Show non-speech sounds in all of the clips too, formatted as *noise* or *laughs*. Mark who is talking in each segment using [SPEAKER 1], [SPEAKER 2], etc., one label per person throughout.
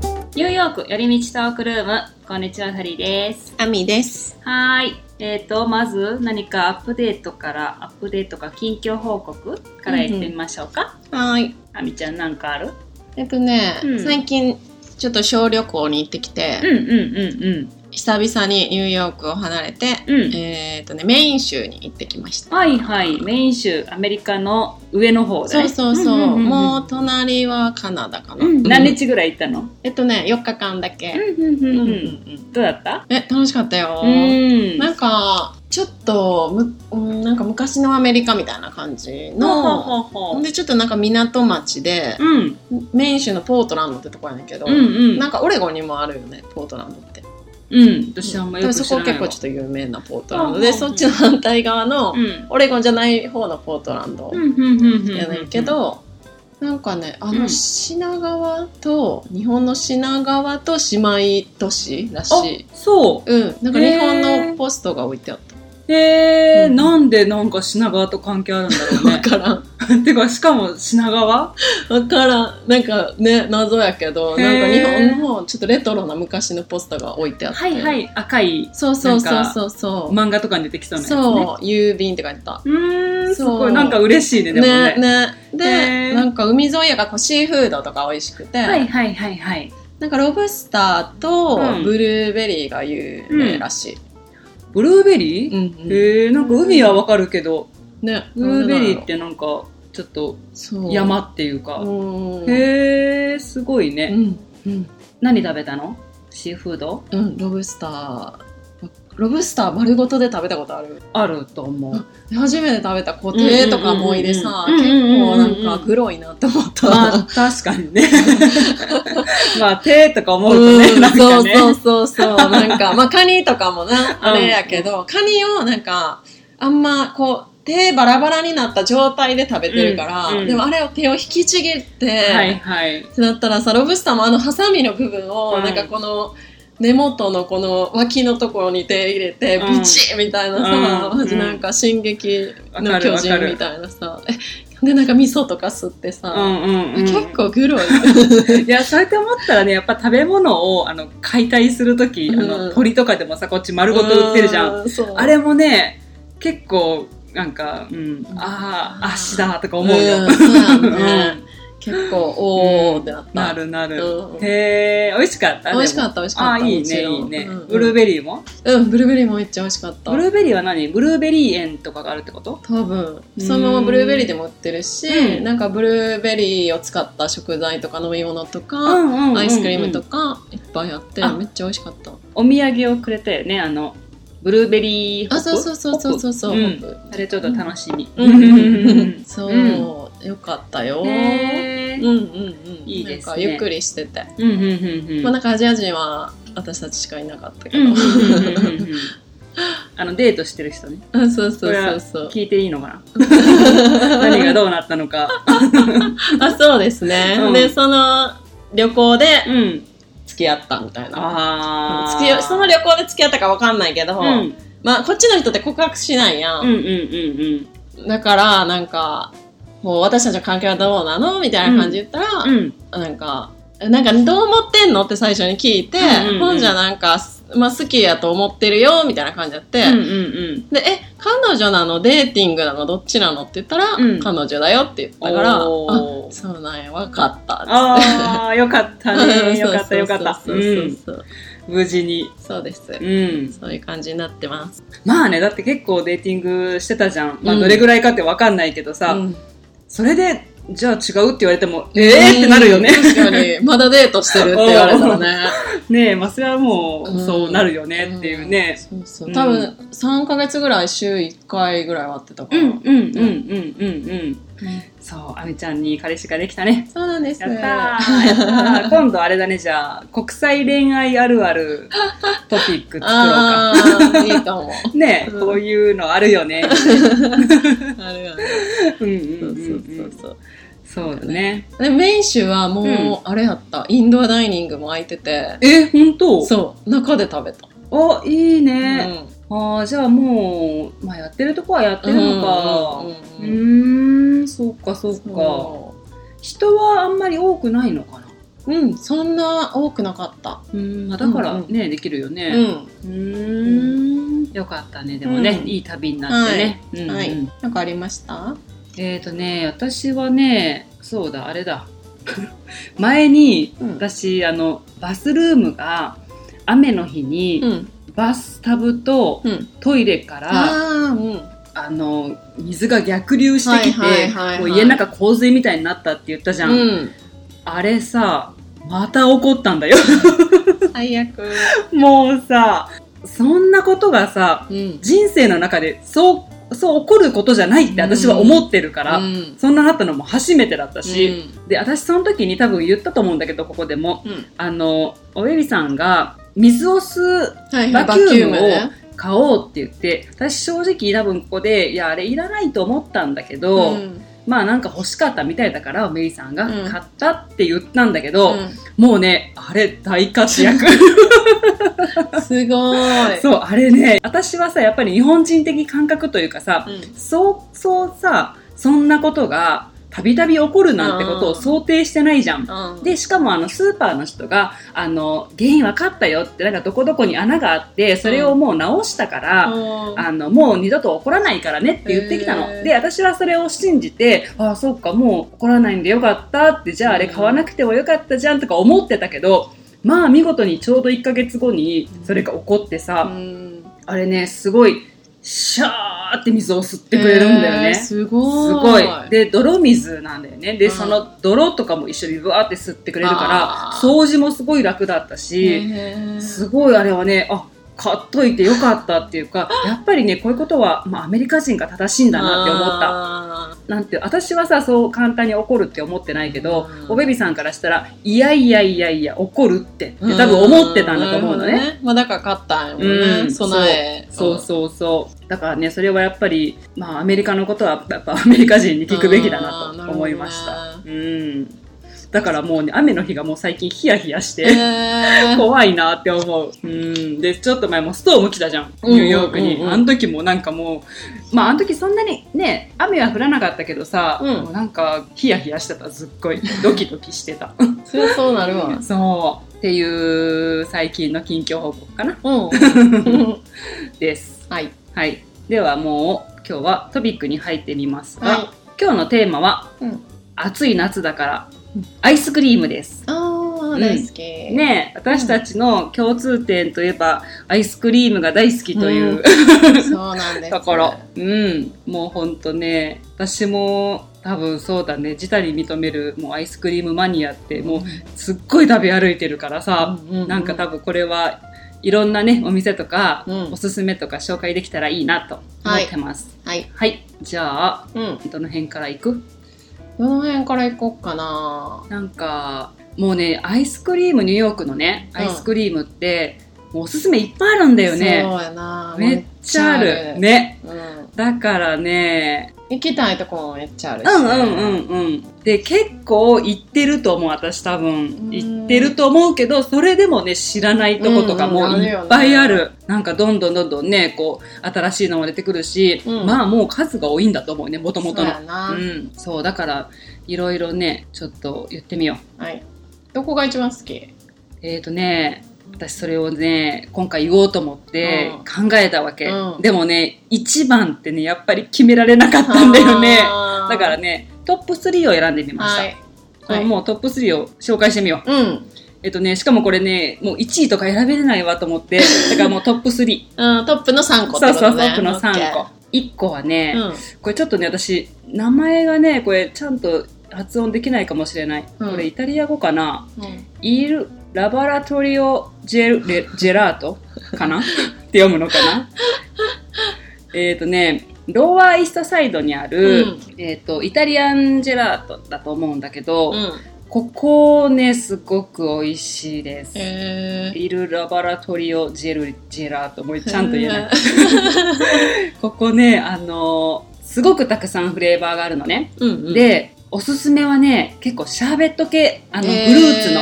[SPEAKER 1] トーク、寄り道トークルーム。こんにちは、ハリーです。
[SPEAKER 2] アミです。
[SPEAKER 1] はーい。えっ、と、まず何かアップデートから、アップデートか近況報告から言ってみましょうか。
[SPEAKER 2] はーい。
[SPEAKER 1] あみちゃんなんかある
[SPEAKER 2] えっとね、
[SPEAKER 1] うん
[SPEAKER 2] 最近ちょっと小旅行に行ってきて、
[SPEAKER 1] うんうんうん
[SPEAKER 2] 久々にニューヨークを離れて、
[SPEAKER 1] うん。うん。
[SPEAKER 2] えっとねメイン州に行ってきました。
[SPEAKER 1] はいはい。メイン州、アメリカの上の方だ
[SPEAKER 2] そう
[SPEAKER 1] ね。
[SPEAKER 2] そうそう。
[SPEAKER 1] んんんん
[SPEAKER 2] もう隣はカナダかな。
[SPEAKER 1] うん何日ぐらい行ったの
[SPEAKER 2] えっとね4日間だ
[SPEAKER 1] う
[SPEAKER 2] け。
[SPEAKER 1] んうんう
[SPEAKER 2] う
[SPEAKER 1] んん
[SPEAKER 2] う
[SPEAKER 1] うん。
[SPEAKER 2] うんん
[SPEAKER 1] どうだった
[SPEAKER 2] え楽しかったよ
[SPEAKER 1] う。ん。
[SPEAKER 2] なんかちょっとむうんなんか昔のアメリカみたいな感じの。
[SPEAKER 1] ほうほうほ
[SPEAKER 2] ほん
[SPEAKER 1] う
[SPEAKER 2] でちょっとなんか港町で、
[SPEAKER 1] ほう。うん。
[SPEAKER 2] メイン州のポートランドってとこやねんけど、
[SPEAKER 1] うんうん。
[SPEAKER 2] なんかオレゴンにもあるよねポートランドって
[SPEAKER 1] うん。私あんまよ
[SPEAKER 2] 多
[SPEAKER 1] く
[SPEAKER 2] 分
[SPEAKER 1] 知
[SPEAKER 2] そこ
[SPEAKER 1] らない
[SPEAKER 2] 結
[SPEAKER 1] わ
[SPEAKER 2] 構ちょっと有名なポートランド
[SPEAKER 1] うんうんう
[SPEAKER 2] で
[SPEAKER 1] ん
[SPEAKER 2] そっちの反対側の
[SPEAKER 1] うん。
[SPEAKER 2] オレゴンじゃない方のポートランド
[SPEAKER 1] うんうんうんうん。
[SPEAKER 2] やねんけ。どなんかねあ
[SPEAKER 1] う
[SPEAKER 2] の
[SPEAKER 1] ん
[SPEAKER 2] 品川と日本の品川と姉妹都市ら
[SPEAKER 1] あ
[SPEAKER 2] しい、
[SPEAKER 1] そ
[SPEAKER 2] うんなんか日本
[SPEAKER 1] へ
[SPEAKER 2] の
[SPEAKER 1] ー
[SPEAKER 2] ポストが置いてあった
[SPEAKER 1] う。へえ、
[SPEAKER 2] うん
[SPEAKER 1] なんでなんか品川と関係あるんだろう
[SPEAKER 2] わ *laughs*
[SPEAKER 1] ね。
[SPEAKER 2] からん
[SPEAKER 1] てか、しかも品川
[SPEAKER 2] わからんなんかね謎やけどなんか
[SPEAKER 1] へ
[SPEAKER 2] 日
[SPEAKER 1] ー
[SPEAKER 2] 本のちょっとレトロな昔のポストが置いてあって
[SPEAKER 1] はいはい。赤い
[SPEAKER 2] そうそうそ
[SPEAKER 1] なん
[SPEAKER 2] う
[SPEAKER 1] か
[SPEAKER 2] そうそう
[SPEAKER 1] 漫画とかに出てきそうなやつね。
[SPEAKER 2] そう、郵便って書いてた。
[SPEAKER 1] う。うーん、す
[SPEAKER 2] そう
[SPEAKER 1] ごい。なんか嬉しいね、でも
[SPEAKER 2] ね、
[SPEAKER 1] ね。
[SPEAKER 2] ね。
[SPEAKER 1] へ
[SPEAKER 2] で、
[SPEAKER 1] ー
[SPEAKER 2] なんか海沿いやからこうシーフードとか美味しくて、
[SPEAKER 1] はいはいはいはい。
[SPEAKER 2] なんかロブスター
[SPEAKER 1] う
[SPEAKER 2] と
[SPEAKER 1] ん
[SPEAKER 2] ブルーベリーが有名らしい。
[SPEAKER 1] ブルーベリー
[SPEAKER 2] うんうん
[SPEAKER 1] へえ、なんか海はわかるけど、
[SPEAKER 2] ね、
[SPEAKER 1] ブルーベリーっ
[SPEAKER 2] なんでだろ
[SPEAKER 1] てなんか、ちょっと
[SPEAKER 2] うそう
[SPEAKER 1] 山っていうか
[SPEAKER 2] う。ん。
[SPEAKER 1] へえ、すごいうね。
[SPEAKER 2] ん。うん。
[SPEAKER 1] 何食べたのシーフード
[SPEAKER 2] うん、ロブスター。ロブスター丸ごとで食べたことある
[SPEAKER 1] あると思う。
[SPEAKER 2] 初めて食べた固定とかもいでさ
[SPEAKER 1] うん
[SPEAKER 2] 結
[SPEAKER 1] うんうん
[SPEAKER 2] 構
[SPEAKER 1] うん
[SPEAKER 2] なんかグロいなって思った、
[SPEAKER 1] まあ、確か
[SPEAKER 2] *laughs*
[SPEAKER 1] にね。まあ、手とか思うとね、
[SPEAKER 2] うん
[SPEAKER 1] なんかね。
[SPEAKER 2] そうそうそうそ
[SPEAKER 1] *laughs*
[SPEAKER 2] う。なんか、まあ、カニとかもな、
[SPEAKER 1] ん
[SPEAKER 2] あれやけど、カニをなんか、あんま、こう、手バラバラになった状態で食べてるから、
[SPEAKER 1] うんうん
[SPEAKER 2] でもあれを手を引きちぎって、
[SPEAKER 1] はいはい。
[SPEAKER 2] ってなったらさ、ロブスターもあの、ハサミの部分を、
[SPEAKER 1] うん
[SPEAKER 2] なんかこの、根元のこの脇のところに手入れて、
[SPEAKER 1] うん
[SPEAKER 2] ブチッみたいなさ、
[SPEAKER 1] うん
[SPEAKER 2] マジなんか、進撃の巨
[SPEAKER 1] わかるわか
[SPEAKER 2] 人
[SPEAKER 1] る
[SPEAKER 2] みたいなさ、えで、なんか味噌とか吸って
[SPEAKER 1] う
[SPEAKER 2] さ、
[SPEAKER 1] んうん、うん。
[SPEAKER 2] 結。構
[SPEAKER 1] *laughs*
[SPEAKER 2] グロい。
[SPEAKER 1] いや、そうやって思ったらね、やっぱ食べ物を、あの、解体するとき、あ
[SPEAKER 2] う
[SPEAKER 1] の、
[SPEAKER 2] ん
[SPEAKER 1] 鳥とかでもさ、こっち丸ごと売ってるじゃん。
[SPEAKER 2] う。そう
[SPEAKER 1] あれもね、結構、なんか、うん、ああ、足だとか思うよ。 *laughs*
[SPEAKER 2] んそうや
[SPEAKER 1] うん
[SPEAKER 2] ね。結構、おーってなった。
[SPEAKER 1] なるなる。
[SPEAKER 2] うん
[SPEAKER 1] へえ、美味しかった
[SPEAKER 2] 美味しか
[SPEAKER 1] た。
[SPEAKER 2] った、美味しかった。
[SPEAKER 1] ああー、いい
[SPEAKER 2] もち
[SPEAKER 1] ね、
[SPEAKER 2] ろん
[SPEAKER 1] いいね。
[SPEAKER 2] うん
[SPEAKER 1] ブルーベリーも
[SPEAKER 2] うん、ブルーベリーもめっちゃ美味しかった。
[SPEAKER 1] ブルーベリーは何ブルーベリー園とかがあるってこと
[SPEAKER 2] 多分、
[SPEAKER 1] うん
[SPEAKER 2] そのままブルーベリーでも売ってるし、
[SPEAKER 1] うん
[SPEAKER 2] なんかブルーベリーを使った食材とか飲み物とか、
[SPEAKER 1] ん
[SPEAKER 2] アイスクリームと
[SPEAKER 1] か。
[SPEAKER 2] かいっぱいあって、
[SPEAKER 1] あ
[SPEAKER 2] めっちゃ美味しかった。
[SPEAKER 1] お土産をくれたよね、あの、ブルーベリーホッ
[SPEAKER 2] あ、
[SPEAKER 1] プ
[SPEAKER 2] そうそうそうそうそうそう。
[SPEAKER 1] ホ
[SPEAKER 2] ホ
[SPEAKER 1] ッ
[SPEAKER 2] ッ
[SPEAKER 1] プ
[SPEAKER 2] プ
[SPEAKER 1] あれちょっと楽しみ。
[SPEAKER 2] うん
[SPEAKER 1] そ
[SPEAKER 2] *laughs* そうう、
[SPEAKER 1] ん。
[SPEAKER 2] よかったよ。
[SPEAKER 1] へ
[SPEAKER 2] う
[SPEAKER 1] ー
[SPEAKER 2] んうんうん。
[SPEAKER 1] いいですね
[SPEAKER 2] なんかゆっくりしてて。
[SPEAKER 1] うんうんうんうん
[SPEAKER 2] まあなんかアジア人は私たちしかいなかったけど。
[SPEAKER 1] うんうんうんうんうんあの、デートしてる人ね。
[SPEAKER 2] あ *laughs* そうそうそうそう。
[SPEAKER 1] 聞いていいのかな何がどうなったのか。
[SPEAKER 2] *laughs* あ、そうですね。
[SPEAKER 1] うん
[SPEAKER 2] で、その旅行で
[SPEAKER 1] うん。
[SPEAKER 2] 付き合ったみたいな。
[SPEAKER 1] ああ。
[SPEAKER 2] 付き合その旅行で付き合ったかわかんないけど、
[SPEAKER 1] うん
[SPEAKER 2] まあ、こっちの人って告白しないや
[SPEAKER 1] うん
[SPEAKER 2] ん。
[SPEAKER 1] うんうん
[SPEAKER 2] だから、なんか、もう私たちの関係はどうなのみたいな感じで言ったら、
[SPEAKER 1] うん。うん。
[SPEAKER 2] なんか、なんかどう思ってんのって最初に聞いて、
[SPEAKER 1] うんうんうん
[SPEAKER 2] ほんじゃなんか、まあ好きやと思ってるよ、みたいな感じやって、
[SPEAKER 1] うんうん
[SPEAKER 2] で、え、彼女なのデーティングなのどっちなのって言ったら、
[SPEAKER 1] うん
[SPEAKER 2] 彼女だよって言っ
[SPEAKER 1] うん。
[SPEAKER 2] たから、
[SPEAKER 1] お
[SPEAKER 2] あ
[SPEAKER 1] ー
[SPEAKER 2] そうなんや、わかった。
[SPEAKER 1] ああ、よか
[SPEAKER 2] *laughs*
[SPEAKER 1] ったね。よかった
[SPEAKER 2] そう
[SPEAKER 1] よかった。
[SPEAKER 2] そううそうんそうそう
[SPEAKER 1] 無事に。
[SPEAKER 2] そうです。
[SPEAKER 1] うん。
[SPEAKER 2] そういう感じになってます。
[SPEAKER 1] まあね、だって結構デーティングしてたじゃん。まあ
[SPEAKER 2] うん
[SPEAKER 1] どれぐらいかってわかんないけどさ、
[SPEAKER 2] うん
[SPEAKER 1] それで、じゃあ違うって言われても、えーってなるよね *laughs*
[SPEAKER 2] う。ん確かに。まだデートしてるって言われたらね。
[SPEAKER 1] ねえ、まあそれはも
[SPEAKER 2] う
[SPEAKER 1] う、
[SPEAKER 2] ん
[SPEAKER 1] そうなるよねっていうね。
[SPEAKER 2] そうそうう。
[SPEAKER 1] ん
[SPEAKER 2] 多分、3ヶ月ぐらい週1回ぐらいは会ってたか
[SPEAKER 1] う
[SPEAKER 2] ら。
[SPEAKER 1] んうんうんうんうんうん。そう、あみちゃんに彼氏ができたね。
[SPEAKER 2] そうなんです。
[SPEAKER 1] やったーや
[SPEAKER 2] *laughs*
[SPEAKER 1] ったー今度あれだね、じゃあ、国際恋愛あるあるトピック作ろうか。
[SPEAKER 2] あー、いいかも。
[SPEAKER 1] ねえ、
[SPEAKER 2] うん
[SPEAKER 1] こういうのあるよ
[SPEAKER 2] *laughs*
[SPEAKER 1] ね。
[SPEAKER 2] あるよね。
[SPEAKER 1] うんうん
[SPEAKER 2] そううんそう
[SPEAKER 1] う。
[SPEAKER 2] そうんそう。
[SPEAKER 1] そうだね。
[SPEAKER 2] で、メイン州はもう、
[SPEAKER 1] うん
[SPEAKER 2] あれやった。インドアダイニングも空いてて。
[SPEAKER 1] え、本当
[SPEAKER 2] そう。中で食べた。
[SPEAKER 1] あ、いいね。
[SPEAKER 2] うん
[SPEAKER 1] ああ、じゃあもう、まあ、やってるとこはやってるのか。うー、
[SPEAKER 2] うんうんんうん
[SPEAKER 1] そうか、そうか。
[SPEAKER 2] そ
[SPEAKER 1] 人はあんまり多くないのかな。
[SPEAKER 2] うん、そんな多くなかった。
[SPEAKER 1] うんまあ、だからね、
[SPEAKER 2] うん
[SPEAKER 1] できるよ
[SPEAKER 2] う
[SPEAKER 1] ね。
[SPEAKER 2] ん。
[SPEAKER 1] うーんよかったねでもね、
[SPEAKER 2] うん
[SPEAKER 1] いい旅になってね。うんうん
[SPEAKER 2] はい。なんかありました
[SPEAKER 1] えっ、とね私はねそうだあれだ *laughs* 前に
[SPEAKER 2] うん。
[SPEAKER 1] 私あのバスルームが雨の日
[SPEAKER 2] う
[SPEAKER 1] に
[SPEAKER 2] ん。
[SPEAKER 1] バスタブと
[SPEAKER 2] うん。
[SPEAKER 1] トイレから、
[SPEAKER 2] ああ、うん。
[SPEAKER 1] あの水が逆流してきて、
[SPEAKER 2] はいはいはいはい
[SPEAKER 1] もう家の中洪水みたいになったって言ったじゃん、
[SPEAKER 2] うん。
[SPEAKER 1] あれさまた起こったんだよ *laughs*
[SPEAKER 2] 最悪。
[SPEAKER 1] もうさそんなことがさ
[SPEAKER 2] うん。
[SPEAKER 1] 人生の中でそうそう起こることじゃないって私は思ってるから、
[SPEAKER 2] うん。
[SPEAKER 1] そんななったのも初めてだったし、
[SPEAKER 2] うん
[SPEAKER 1] で私その時に多分言ったと思うんだけどここでも
[SPEAKER 2] うん。
[SPEAKER 1] あのおえりさんが水を吸う
[SPEAKER 2] はいはい、
[SPEAKER 1] バ
[SPEAKER 2] バ
[SPEAKER 1] キュ
[SPEAKER 2] キ
[SPEAKER 1] ー
[SPEAKER 2] ュー
[SPEAKER 1] ム
[SPEAKER 2] ム
[SPEAKER 1] を
[SPEAKER 2] ね。
[SPEAKER 1] 買おうって言って私正直多分ここでいやあれいらないと思ったんだけど、
[SPEAKER 2] うん
[SPEAKER 1] まあなんか欲しかったみたいだからおめりさんが
[SPEAKER 2] うん
[SPEAKER 1] 買ったって言ったんだけど、
[SPEAKER 2] うん
[SPEAKER 1] もうねあれ大活躍
[SPEAKER 2] すごい。
[SPEAKER 1] そうあれね私はさやっぱり日本人的感覚というかさ
[SPEAKER 2] うん。
[SPEAKER 1] そうそうさそんなことがたびたび起こるなんてことを想定してないじゃん。
[SPEAKER 2] うん、
[SPEAKER 1] で、しかもあのスーパーの人が、あの、原因分かったよって、なんかどこどこに穴があって、それをもう直したから、
[SPEAKER 2] うん
[SPEAKER 1] あの、もう二度と起こらないからねって言ってきた
[SPEAKER 2] へ
[SPEAKER 1] の。
[SPEAKER 2] ー
[SPEAKER 1] で、私はそれを信じて、ああ、そっか、もう起こらないんでよかったって、じゃああれ買わなくてもよかったじゃんとか思ってたけど、まあ見事にちょうど1ヶ月後にそれが起こって
[SPEAKER 2] う
[SPEAKER 1] さ、
[SPEAKER 2] ん、
[SPEAKER 1] あれね、すごい、シャーって水を吸ってくれるんだよ
[SPEAKER 2] へ
[SPEAKER 1] ね。
[SPEAKER 2] ー
[SPEAKER 1] す
[SPEAKER 2] すごい。
[SPEAKER 1] ごい。で、泥水なんだよね。で、
[SPEAKER 2] うん
[SPEAKER 1] その泥とかも一緒にブワーって吸ってくれるから
[SPEAKER 2] あ、ー
[SPEAKER 1] 掃除もすごい楽だったし、
[SPEAKER 2] へー
[SPEAKER 1] すごいあれはね、あ、買っといてよかったっていうか、やっぱりね、こういうことは、まあ、アメリカ人が正しいんだなって思った。
[SPEAKER 2] あ
[SPEAKER 1] なんて、私はさ、そう簡単に怒るって思ってないけど
[SPEAKER 2] う、ん
[SPEAKER 1] おべびさんからしたら、いやいやいやいや、怒るってって
[SPEAKER 2] ー
[SPEAKER 1] 多分思ってたんだと思うのね。
[SPEAKER 2] なるほどまあだから勝ったんやもん
[SPEAKER 1] うん
[SPEAKER 2] ね。備え。
[SPEAKER 1] そうそうそう。だからね、それはやっぱり、まあ、アメリカのことは、やっぱ *laughs* アメリカ人に聞くべきだな
[SPEAKER 2] あー
[SPEAKER 1] と思いまし
[SPEAKER 2] なる
[SPEAKER 1] た。
[SPEAKER 2] ほ
[SPEAKER 1] うん。だからもうね、雨の日がもう最近ヒヤヒヤし
[SPEAKER 2] う
[SPEAKER 1] て、
[SPEAKER 2] へー
[SPEAKER 1] 怖いなって思う。うん。で、ちょっと前もストーム来たじゃん、
[SPEAKER 2] うんうん
[SPEAKER 1] ニューヨークに。
[SPEAKER 2] うんうん
[SPEAKER 1] あの時もなんかもう、まあ、あの時そんなにね、雨は降らなかったけどさ、
[SPEAKER 2] うん
[SPEAKER 1] もうなんかヒヤヒヤしてた、すっごい。ドキドキしてた。
[SPEAKER 2] そりゃ *laughs* そうなるわ。
[SPEAKER 1] そう。っていう、最近の近況報告かな。 *laughs*
[SPEAKER 2] うん。
[SPEAKER 1] です。
[SPEAKER 2] はい。
[SPEAKER 1] はい。ではもう今日はトピックに入ってみますが、
[SPEAKER 2] はい。
[SPEAKER 1] 今日のテーマは、
[SPEAKER 2] うん
[SPEAKER 1] 暑い夏だから
[SPEAKER 2] うん
[SPEAKER 1] アイスクリームです。
[SPEAKER 2] あ
[SPEAKER 1] うん
[SPEAKER 2] あ、大好き。ね。
[SPEAKER 1] ねえ私たちの共通点といえばアイスクリームが大好きという、
[SPEAKER 2] そうなんです。
[SPEAKER 1] ところ。うん。もうほんとね、私も多分そうだね、自他に認めるもうアイスクリームマニアってもうすっごい食べ歩いてるからさ、
[SPEAKER 2] う
[SPEAKER 1] なんか多分これはいろんなね、お店とか、
[SPEAKER 2] うん
[SPEAKER 1] おすすめとか紹介できたらいいなと思ってます。
[SPEAKER 2] はい。
[SPEAKER 1] はい。じゃあ、
[SPEAKER 2] うん。
[SPEAKER 1] どの辺から行く
[SPEAKER 2] どの辺から行こうかな。
[SPEAKER 1] なんか、もうね、アイスクリーム、ニューヨークのね、
[SPEAKER 2] うん
[SPEAKER 1] アイスクリームって、もうおすすめいっぱいあるんだよね。
[SPEAKER 2] そうやな。
[SPEAKER 1] めっちゃあ
[SPEAKER 2] めっちゃあ
[SPEAKER 1] る。
[SPEAKER 2] る
[SPEAKER 1] ね。
[SPEAKER 2] うん。
[SPEAKER 1] だからね、
[SPEAKER 2] 行きたいとこもめっちゃあるし、
[SPEAKER 1] うんうんうんうん。で、結構行ってると思う、私多分。
[SPEAKER 2] ん
[SPEAKER 1] 行ってると思うけど、それでもね、知らないとことか
[SPEAKER 2] うんうん
[SPEAKER 1] も
[SPEAKER 2] ある
[SPEAKER 1] い
[SPEAKER 2] よね
[SPEAKER 1] っぱいある。なんかどんどんどんどんね、こう、新しいのも出てくるし、
[SPEAKER 2] うん
[SPEAKER 1] まあもう数が多いんだと思うね、もとも
[SPEAKER 2] そ
[SPEAKER 1] と
[SPEAKER 2] う
[SPEAKER 1] の
[SPEAKER 2] や。な、
[SPEAKER 1] うん、そうだからいろいろねちょっと言ってみよう
[SPEAKER 2] はいどこが一番好き
[SPEAKER 1] えっ、ー、とね私それをね今回言おうと思って考えたわけ、
[SPEAKER 2] うん
[SPEAKER 1] でもね一番ってねやっぱり決められなかったんだよねだからねトップ3を選んでみました、
[SPEAKER 2] はい
[SPEAKER 1] これもうトップ3を紹介してみよう
[SPEAKER 2] うん、
[SPEAKER 1] えっ、とねしかもこれねもう1位とか選べれないわと思
[SPEAKER 2] *laughs*
[SPEAKER 1] ってだからもうトップ3、
[SPEAKER 2] うん、トップの3個
[SPEAKER 1] そ
[SPEAKER 2] っ
[SPEAKER 1] うそ
[SPEAKER 2] て
[SPEAKER 1] うト
[SPEAKER 2] ことね
[SPEAKER 1] ップの3
[SPEAKER 2] OK
[SPEAKER 1] 個1個はね、
[SPEAKER 2] うん
[SPEAKER 1] これちょっとね私名前がねこれちゃんと発音できないかもしれない、
[SPEAKER 2] うん
[SPEAKER 1] これイタリア語かな
[SPEAKER 2] うん
[SPEAKER 1] イル・ラバラトリオ・ジェルレジェラートか
[SPEAKER 2] *laughs*
[SPEAKER 1] なって読むのかなえっとねローワーイーストサイドにある、
[SPEAKER 2] うん
[SPEAKER 1] えー、とイタリアンジェラートだと思うんだけど、
[SPEAKER 2] うん
[SPEAKER 1] ここねすごく美味しいです、
[SPEAKER 2] え
[SPEAKER 1] イル・ラバラトリオ・ジェルジェラートもう
[SPEAKER 2] ー、
[SPEAKER 1] ちゃんと言えない
[SPEAKER 2] い
[SPEAKER 1] ここね、あのすごくたくさんフレーバーがあるのね。
[SPEAKER 2] うん、うん、
[SPEAKER 1] で、おすすめはね、結構シャーベット系、あ
[SPEAKER 2] あ
[SPEAKER 1] の、フルーツの。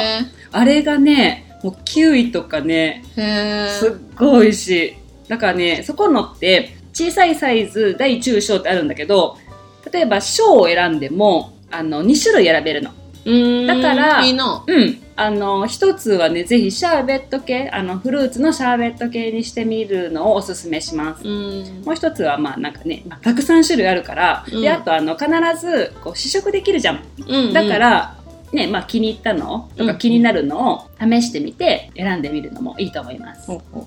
[SPEAKER 1] あれがね、もうキウイとかね、
[SPEAKER 2] へえ
[SPEAKER 1] すっごい美味しい。だからね、そこのって、小さいサイズ、大中小ってあるんだけど、例えば小を選んでも、あの、2種類選べるの。だから
[SPEAKER 2] いいの
[SPEAKER 1] うん。あの、一つはね、ぜひシャーベット系、あの、フルーツのシャーベット系にしてみるのをおすすめします。
[SPEAKER 2] うん
[SPEAKER 1] もう一つは、まあなんかね、まあたくさん種類あるから、
[SPEAKER 2] うん
[SPEAKER 1] で、あとあの、必ず、こう、試食できるじゃん。
[SPEAKER 2] うん
[SPEAKER 1] だから、ね、まあ気に入ったのと
[SPEAKER 2] う
[SPEAKER 1] か
[SPEAKER 2] ん
[SPEAKER 1] 気になるのを試してみて、選んでみるのもいいと思います
[SPEAKER 2] ほ。うほ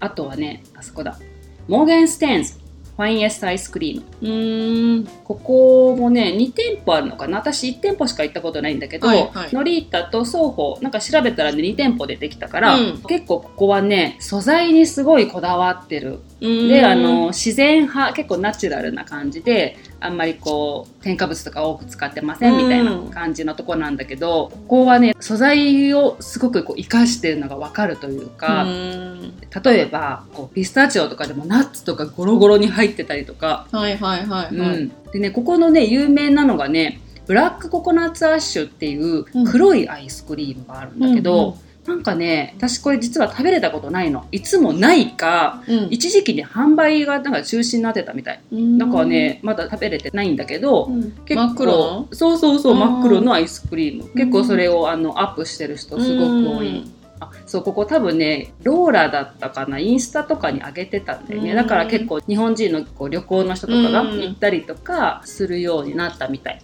[SPEAKER 1] あとはね、あそこだ。モーゲンステーンズ、ファインエストアイスクリーム。
[SPEAKER 2] ううん
[SPEAKER 1] ここもね2店舗あるのかな私1店舗しか行ったことないんだけど、
[SPEAKER 2] はいはい
[SPEAKER 1] ノリータと双方なんか調べたらね2店舗出てきたから、
[SPEAKER 2] うん
[SPEAKER 1] 結構ここはね素材にすごいこだわってる、
[SPEAKER 2] うん
[SPEAKER 1] であの自然派結構ナチュラルな感じであんまりこう添加物とか多く使ってませんみたいな感じのとこなんだけど、ここはね素材をすごくこう生かしてるのが分かるというか、
[SPEAKER 2] うん
[SPEAKER 1] 例えばこうピスタチオとかでもナッツとかゴロゴロに入ってたりとか
[SPEAKER 2] はいはいはいは
[SPEAKER 1] う
[SPEAKER 2] い、
[SPEAKER 1] ん、でねここのね有名なのがねブラックココナッツアッシュっていう
[SPEAKER 2] うん
[SPEAKER 1] 黒いアイスクリームがあるんだけど、なんかね私これ実は食べれたことないのいつもないか
[SPEAKER 2] うんうん、
[SPEAKER 1] 一時期ね販売がなんか中止になってたみたい
[SPEAKER 2] うん
[SPEAKER 1] だからね、まだ食べれてないんだけど、
[SPEAKER 2] うん
[SPEAKER 1] 結構
[SPEAKER 2] 真っ黒の
[SPEAKER 1] そうそうそう
[SPEAKER 2] あー
[SPEAKER 1] 真っ黒のアイスクリーム結構それをあのアップしてる人すごく多い、
[SPEAKER 2] うん
[SPEAKER 1] あそうここ多分ねローラだったかなインスタとかに上げてたんだよね、
[SPEAKER 2] うん
[SPEAKER 1] だから結構日本人のこう旅行の人とかが
[SPEAKER 2] うん
[SPEAKER 1] 行ったりとかするようになったみたい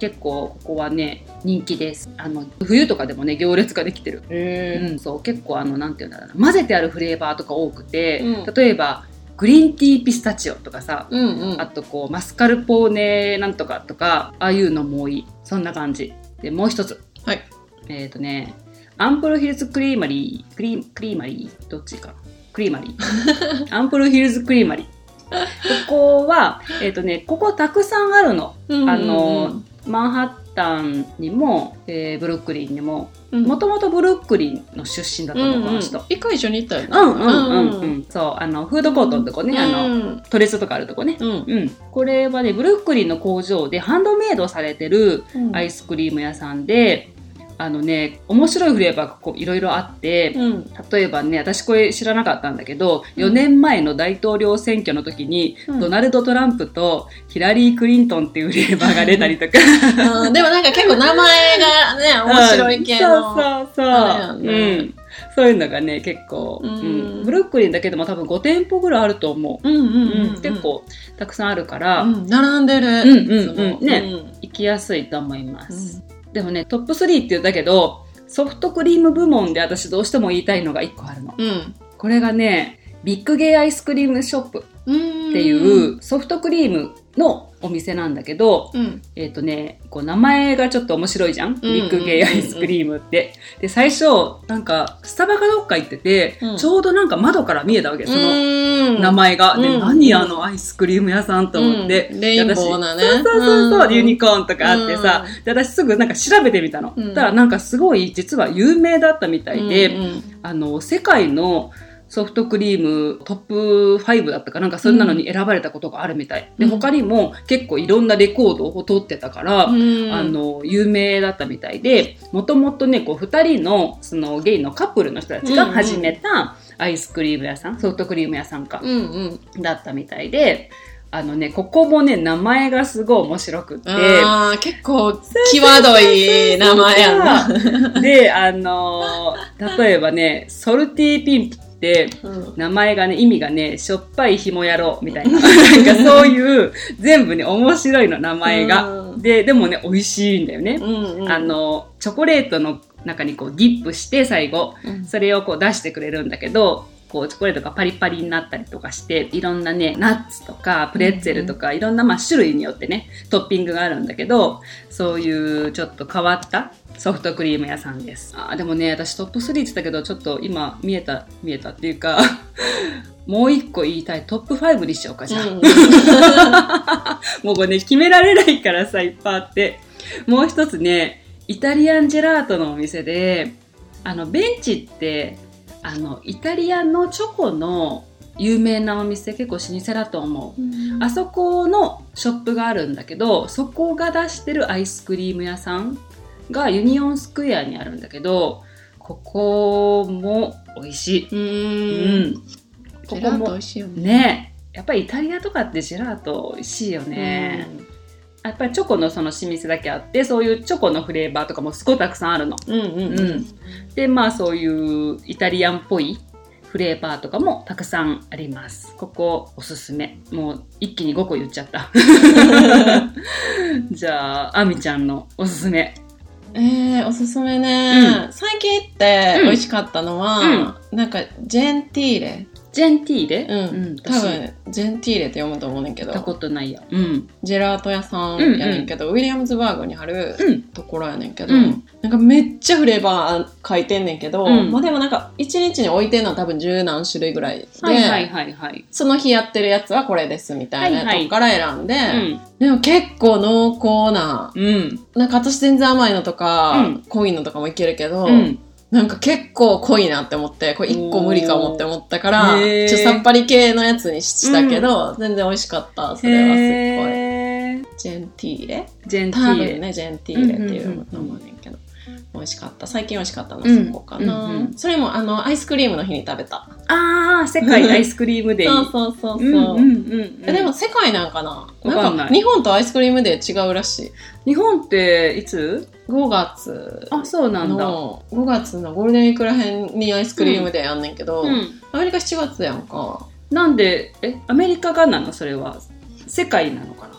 [SPEAKER 1] 結構ここはね人気ですあの冬とかでもね行列ができてる、
[SPEAKER 2] へ
[SPEAKER 1] うん、そう結構あのなんていうんだろうな混ぜてあるフレーバーとか多くて、
[SPEAKER 2] うん
[SPEAKER 1] 例えばグリーンティーピスタチオとかさ、
[SPEAKER 2] ーうんうん
[SPEAKER 1] あとこうマスカルポーネなんとかとかああいうのも多いそんな感じでもう一つ
[SPEAKER 2] はい
[SPEAKER 1] えっ、とねアンプルヒルズクリーマリークリークリーマリーどっちかなクリーマリー
[SPEAKER 2] *laughs*
[SPEAKER 1] アンプルヒルズクリーマリーここはえっ、とねここたくさんあるの
[SPEAKER 2] うんうんうん
[SPEAKER 1] あのマンハッタンにも、えーブルックリンにも
[SPEAKER 2] うん
[SPEAKER 1] もともとブルックリンの出身だったの、この人
[SPEAKER 2] 一回一緒に行ったよね
[SPEAKER 1] うんうんうんうんそうあのフードコートのとこね、あの
[SPEAKER 2] の
[SPEAKER 1] トレスとかあるとこね
[SPEAKER 2] うん
[SPEAKER 1] うん、これはねブルックリンの工場でハンドメイドされてる
[SPEAKER 2] うん
[SPEAKER 1] アイスクリーム屋さんで、あのね面白いフレーバーがこういろいろあって、
[SPEAKER 2] うん
[SPEAKER 1] 例えばね私これ知らなかったんだけど
[SPEAKER 2] うん
[SPEAKER 1] 4年前の大統領選挙の時に、
[SPEAKER 2] うん
[SPEAKER 1] ドナルド・トランプとヒラリー・クリントンっていうフレーバーが出たりとか
[SPEAKER 2] あーでもなんか結構名前がね面白い系の
[SPEAKER 1] うんそうそうそ
[SPEAKER 2] あれや
[SPEAKER 1] う、
[SPEAKER 2] ね
[SPEAKER 1] うん、そういうのがね結構、
[SPEAKER 2] うん
[SPEAKER 1] ブルックリンだけでも多分5店舗ぐらいあると思う、
[SPEAKER 2] うんうんうんうん
[SPEAKER 1] 結構たくさんあるから、
[SPEAKER 2] うん並んでる
[SPEAKER 1] んうんうん
[SPEAKER 2] いつも
[SPEAKER 1] ね
[SPEAKER 2] うん
[SPEAKER 1] 行きやすいと思います、でもねトップ3って言うんだけどソフトクリーム部門で私どうしても言いたいのが1個あるの
[SPEAKER 2] うん
[SPEAKER 1] これがねビッグゲイアイスクリームショップっ
[SPEAKER 2] うん
[SPEAKER 1] ていうソフトクリームのお店なんだけど、
[SPEAKER 2] うん
[SPEAKER 1] えっ、とね、こう名前がちょっと面白いじゃん、ビッグゲイアイスクリームって。で、最初、なんか、スタバかどっか行ってて、
[SPEAKER 2] うん
[SPEAKER 1] ちょうどなんか窓から見えたわけ、その
[SPEAKER 2] の
[SPEAKER 1] 名前が。で、
[SPEAKER 2] うん
[SPEAKER 1] 何あのアイスクリーム屋さんと思って。
[SPEAKER 2] レインボーなね
[SPEAKER 1] そうそうそうそう、
[SPEAKER 2] ん
[SPEAKER 1] ユニコーンとかあってさ、で私すぐなんか調べてみたの。
[SPEAKER 2] うん
[SPEAKER 1] たらなんかすごい実は有名だったみたいで、
[SPEAKER 2] うんうん
[SPEAKER 1] あの、世界のソフトクリームトップ5だったかなんかそんなのに選ばれたことがあるみたい。
[SPEAKER 2] うん
[SPEAKER 1] で、他にも結構いろんなレコードを取ってたから、
[SPEAKER 2] うん
[SPEAKER 1] あの、有名だったみたいで、もともとね、こう、二人の、その、ゲイのカップルの人たちが始めたアイスクリーム屋さん、ソフトクリーム屋さんか、
[SPEAKER 2] うんうん
[SPEAKER 1] だったみたいで、あのね、ここもね、名前がすごい面白くって、
[SPEAKER 2] あー結構際どい名前やな。
[SPEAKER 1] で、あのー例えばね、ソルティーピンプって、
[SPEAKER 2] うん
[SPEAKER 1] 名前がね、意味がね、しょっぱいひもやろみ
[SPEAKER 2] *laughs*
[SPEAKER 1] たいな、なんかそういう、全部ね、面白いの、名前が。
[SPEAKER 2] うん
[SPEAKER 1] で、でもね、美味しいんだよね。
[SPEAKER 2] うん
[SPEAKER 1] あの、チョコレートの中にこう、ディップして、最後、
[SPEAKER 2] うん
[SPEAKER 1] それをこう出してくれるんだけど、こうチョコレートがパリパリになったりとかして、いろんなね、ナッツとかプレッツェルとか、いろんなまあ種類によってね、トッピングがあるんだけど、そういうちょっと変わったソフトクリーム屋さんです。あーでもね、私トップ3って言ったけど、ちょっと今見えた、見えたっていうか、 *laughs* もう一個言いたいトップ5にしようか、じゃあ。
[SPEAKER 2] うん
[SPEAKER 1] もうこれね、決められないからさ、いっぱいあって。もう一つね、イタリアンジェラートのお店で、あの、ベンチって、あの、イタリアのチョコの有名なお店、結構老舗だと思う。あそこのショップがあるんだけど、そこが出してるアイスクリーム屋さんがユニオンスクエアにあるんだけど、ここも美味しい。
[SPEAKER 2] う。
[SPEAKER 1] うんん。
[SPEAKER 2] こ
[SPEAKER 1] こ
[SPEAKER 2] こ
[SPEAKER 1] こ
[SPEAKER 2] も
[SPEAKER 1] も
[SPEAKER 2] 美味しいよね。
[SPEAKER 1] ねやっぱりイタリアとかってジェラート美味しいよね。やっぱりチョコのその老舗だけあって、そういうチョコのフレーバーとかもすごいたくさんあるの。
[SPEAKER 2] うんうん
[SPEAKER 1] うんで、まあそういうイタリアンっぽいフレーバーとかもたくさんあります。ここおすすめ。もう一気に5個言っちゃ
[SPEAKER 2] *laughs*
[SPEAKER 1] った。じゃあ、あみちゃんのおすすめ。
[SPEAKER 2] えー、おすすめね、最近行って
[SPEAKER 1] うん
[SPEAKER 2] 美味しかったのは、なんかジェンティーレ、
[SPEAKER 1] ジェンティーレ
[SPEAKER 2] うん
[SPEAKER 1] うん、
[SPEAKER 2] 多
[SPEAKER 1] 私行っ
[SPEAKER 2] 分ジェンティーレって読むと思うねんだけ
[SPEAKER 1] たこ
[SPEAKER 2] ど
[SPEAKER 1] とないや。うん。
[SPEAKER 2] ジェラート屋さんやねんけど、ウィリアムズバーグにある
[SPEAKER 1] うん。
[SPEAKER 2] ところやねんけど、
[SPEAKER 1] うん
[SPEAKER 2] なんかめっちゃフレーバー書いてんねんけど、
[SPEAKER 1] うん
[SPEAKER 2] まあでもなんか1日に置いてんのは多分十何種類ぐらいで、
[SPEAKER 1] はいはいはいはい。
[SPEAKER 2] その日やってるやつはこれですみたい
[SPEAKER 1] はい
[SPEAKER 2] な
[SPEAKER 1] はい
[SPEAKER 2] とこから選んで、でも結構濃厚な
[SPEAKER 1] うん。うん。
[SPEAKER 2] なんか私全然甘いのとか、
[SPEAKER 1] うん
[SPEAKER 2] 濃いのとかもいけるけど、
[SPEAKER 1] うん。
[SPEAKER 2] なんか結構濃いなって思って、これ一個無理かもって思ったから
[SPEAKER 1] お、ー
[SPEAKER 2] ちょっとさっぱり系のやつにしたけど、全然美味しかった。それはすっ
[SPEAKER 1] へー
[SPEAKER 2] ごい。ジェンティーレ
[SPEAKER 1] ジェンティ
[SPEAKER 2] 多
[SPEAKER 1] ーレ
[SPEAKER 2] 分。ね、ジェンティーレっていうのもあんねんけど。美味しかった。最近美味しかったの、
[SPEAKER 1] うん
[SPEAKER 2] そこかな、
[SPEAKER 1] うんうん
[SPEAKER 2] それも、あの、アイスクリームの日に食べた。
[SPEAKER 1] ああ、世界アイスクリームデー。
[SPEAKER 2] そうそうそうそ
[SPEAKER 1] う
[SPEAKER 2] う。
[SPEAKER 1] んうんうん
[SPEAKER 2] えでも世界なんかな
[SPEAKER 1] わかんない
[SPEAKER 2] んか日本とアイスクリームで違うらしい。
[SPEAKER 1] 日本っていつ
[SPEAKER 2] 5月
[SPEAKER 1] あ、そうなんだ。
[SPEAKER 2] の5月のゴールデンウィークらへんにアイスクリームでやんねんけど、
[SPEAKER 1] うん。
[SPEAKER 2] アメリカ7月やんか、
[SPEAKER 1] なんで、え、アメリカがなのそれは。世界なのかな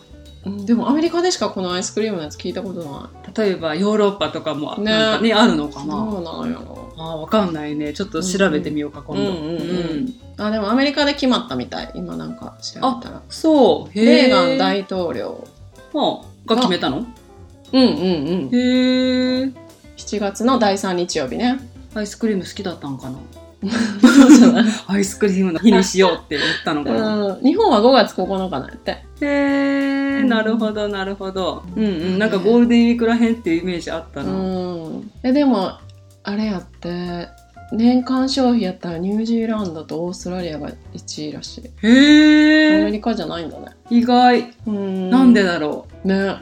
[SPEAKER 2] うんでもアメリカでしかこのアイスクリームのやつ聞いたことない
[SPEAKER 1] 例えばヨーロッパとかも、
[SPEAKER 2] ね
[SPEAKER 1] なんかね、あるのかな
[SPEAKER 2] どうなんやろ
[SPEAKER 1] あーわかんないね。ちょっと調べてみようか、今度。
[SPEAKER 2] うんうんうんあでもアメリカで決まったみたい今なんか調べたら
[SPEAKER 1] そう。へ
[SPEAKER 2] レ
[SPEAKER 1] え。
[SPEAKER 2] ーガン大統領
[SPEAKER 1] はあが決めたの
[SPEAKER 2] うんうんうん
[SPEAKER 1] へえ。
[SPEAKER 2] 7月の第3日曜
[SPEAKER 1] *laughs*
[SPEAKER 2] 日ね
[SPEAKER 1] アイスクリーム好きだったん
[SPEAKER 2] *laughs*
[SPEAKER 1] かな
[SPEAKER 2] そうじゃない
[SPEAKER 1] アイスクリームの日にしようって言ったのかな
[SPEAKER 2] うん日本は5月9日なんやって
[SPEAKER 1] へえ、
[SPEAKER 2] うん
[SPEAKER 1] なるほど、なるほど。うんうん、なんかゴールデンウィークらへんっていうイメージあった
[SPEAKER 2] う
[SPEAKER 1] な。
[SPEAKER 2] んえでもあれやって年間消費やったらニュージーランドとオーストラリアが1位らしいア
[SPEAKER 1] へ
[SPEAKER 2] メ
[SPEAKER 1] え、
[SPEAKER 2] リカじゃないんだね
[SPEAKER 1] 意外。
[SPEAKER 2] うん
[SPEAKER 1] なんでだろ
[SPEAKER 2] ね
[SPEAKER 1] う。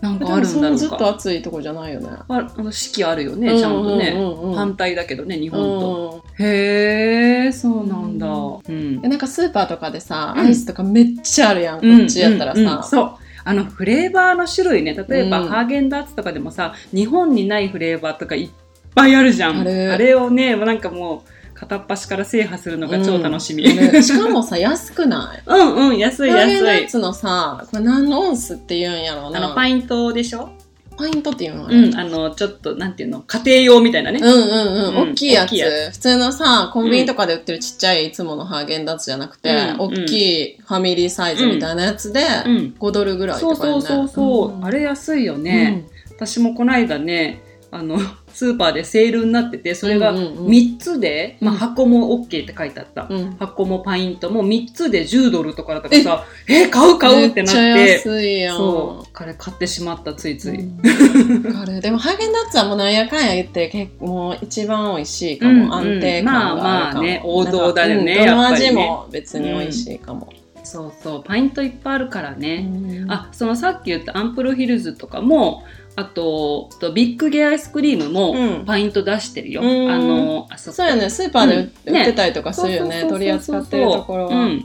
[SPEAKER 1] なん
[SPEAKER 2] で
[SPEAKER 1] かあ
[SPEAKER 2] も
[SPEAKER 1] るん
[SPEAKER 2] そ
[SPEAKER 1] だ
[SPEAKER 2] ん
[SPEAKER 1] ろ
[SPEAKER 2] な
[SPEAKER 1] う
[SPEAKER 2] ずっと
[SPEAKER 1] か。
[SPEAKER 2] 暑いとこじゃないよね
[SPEAKER 1] ああの四季あるよね、ちゃんとね。
[SPEAKER 2] うんうんうんうん
[SPEAKER 1] 反対だけどね、日本と。
[SPEAKER 2] うん
[SPEAKER 1] へえ、そうなんだ。うん
[SPEAKER 2] え。なんかスーパーとかでさ、
[SPEAKER 1] うん
[SPEAKER 2] アイスとかめっちゃあるやん、こっちやったらさ、
[SPEAKER 1] うんうんうんそう。あのフレーバーの種類ね、例えば、
[SPEAKER 2] うん
[SPEAKER 1] ハーゲンダッツとかでもさ、日本にないフレーバーとかいっぱいあるじゃん。
[SPEAKER 2] ある
[SPEAKER 1] れをね、もうなんかもう片っ端から制覇するのが超楽しみ。
[SPEAKER 2] ねしかもさ安くない
[SPEAKER 1] うんうん、 *laughs* 安い
[SPEAKER 2] ハーゲンダ
[SPEAKER 1] 安
[SPEAKER 2] ッ
[SPEAKER 1] い。
[SPEAKER 2] ツのさこれ何オンスって言うんやろう
[SPEAKER 1] あ
[SPEAKER 2] な
[SPEAKER 1] の、パイントでしょ
[SPEAKER 2] パイントっていうのあれ
[SPEAKER 1] うん、あの、ちょっと、なんていうの、家庭用みたいなね。
[SPEAKER 2] うんうんうん、
[SPEAKER 1] うん
[SPEAKER 2] 大きいや
[SPEAKER 1] 大
[SPEAKER 2] つ
[SPEAKER 1] きいや
[SPEAKER 2] 普通のさコンビニとかで売ってるちっちゃいいつものハーゲンダッツじゃなくて、
[SPEAKER 1] うん
[SPEAKER 2] 大きいファミリーサイズみたいなやつで、
[SPEAKER 1] うん。
[SPEAKER 2] 5ドルぐらい
[SPEAKER 1] そう
[SPEAKER 2] とかや
[SPEAKER 1] そ
[SPEAKER 2] ね
[SPEAKER 1] うそうそう。あ
[SPEAKER 2] れ
[SPEAKER 1] れ安いよね。私もこの間ね、あの、 *laughs* スーパーでセールになってて、それが
[SPEAKER 2] うんうんうん
[SPEAKER 1] 3つで、まあ
[SPEAKER 2] うん
[SPEAKER 1] 箱も OK って書いてあった。
[SPEAKER 2] うん、うん
[SPEAKER 1] 箱もパイントも3つで10ドルとかだったからさ、え、買う買うってなっ
[SPEAKER 2] めっちゃ
[SPEAKER 1] て。
[SPEAKER 2] 安いやん
[SPEAKER 1] そう。彼買ってしまった、ついつい。
[SPEAKER 2] うんわかるでもハーゲンダッツはもうなんやかんや言って結構もう一番美味しいかも、
[SPEAKER 1] うん
[SPEAKER 2] 安定感があるかも、
[SPEAKER 1] まあまあね王道だよね
[SPEAKER 2] な
[SPEAKER 1] やっぱ
[SPEAKER 2] んかうんどの
[SPEAKER 1] りね
[SPEAKER 2] 味も別に美味しいかも、
[SPEAKER 1] そうそう。パイントいっぱいあるからね。
[SPEAKER 2] うん
[SPEAKER 1] あそのさっき言ったアンプルヒルズとかもあとあとビッグゲアアイスクリームも
[SPEAKER 2] うん
[SPEAKER 1] パイント出してるよ、
[SPEAKER 2] うん
[SPEAKER 1] あのあそこ
[SPEAKER 2] そうよねスーパーで売って
[SPEAKER 1] うんね
[SPEAKER 2] 売ってたりとかするよね
[SPEAKER 1] そうそうそうそう
[SPEAKER 2] 取り扱ってるところ
[SPEAKER 1] う
[SPEAKER 2] は、
[SPEAKER 1] ん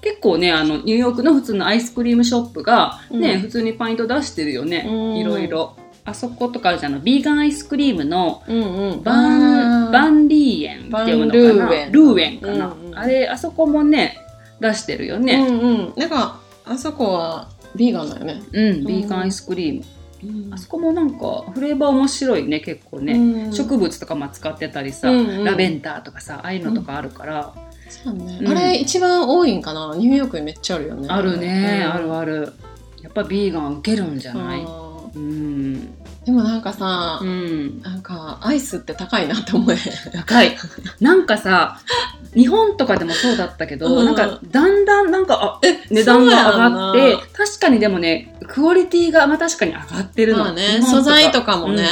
[SPEAKER 1] 結構ねあのニューヨークの普通のアイスクリームショップが、ね
[SPEAKER 2] うん
[SPEAKER 1] 普通にパイント出してるよね、
[SPEAKER 2] うん
[SPEAKER 1] いろいろあそことかあるじゃんあのビーガンアイスクリームの
[SPEAKER 2] うんうん
[SPEAKER 1] バンバ
[SPEAKER 2] ン
[SPEAKER 1] ンリーエンって読むのかな
[SPEAKER 2] バンルーエン
[SPEAKER 1] ルーエンかな、
[SPEAKER 2] うんうん
[SPEAKER 1] あれあそこもね出してるよね
[SPEAKER 2] うんうんなんかあそこはビーガンだよね、
[SPEAKER 1] うん、ビーガンアイスクリームあそこもなんかフレーバー面白いね結構ね、
[SPEAKER 2] うん
[SPEAKER 1] 植物とかも使ってたりさ、
[SPEAKER 2] うんうん
[SPEAKER 1] ラベンダーとかさああいうのとかあるから、
[SPEAKER 2] そうね
[SPEAKER 1] うん
[SPEAKER 2] あれ一番多いんかなニューヨークにめっちゃあるよね
[SPEAKER 1] あるね、
[SPEAKER 2] うん
[SPEAKER 1] あるあるやっぱビーガンはウケるんじゃない
[SPEAKER 2] うん
[SPEAKER 1] うん、
[SPEAKER 2] でもなんかさ、
[SPEAKER 1] うん、
[SPEAKER 2] なんかアイスって高いなって思え
[SPEAKER 1] 高いなんかさ日本とかでもそうだったけど、
[SPEAKER 2] うん
[SPEAKER 1] なんかだんだんなんかあ
[SPEAKER 2] え
[SPEAKER 1] 値段が上がっ
[SPEAKER 2] そう
[SPEAKER 1] て
[SPEAKER 2] やんな
[SPEAKER 1] 確かにでもねクオリティがまあ確かに上がってるの、
[SPEAKER 2] *laughs* まあね
[SPEAKER 1] 日本
[SPEAKER 2] 素材とかもね、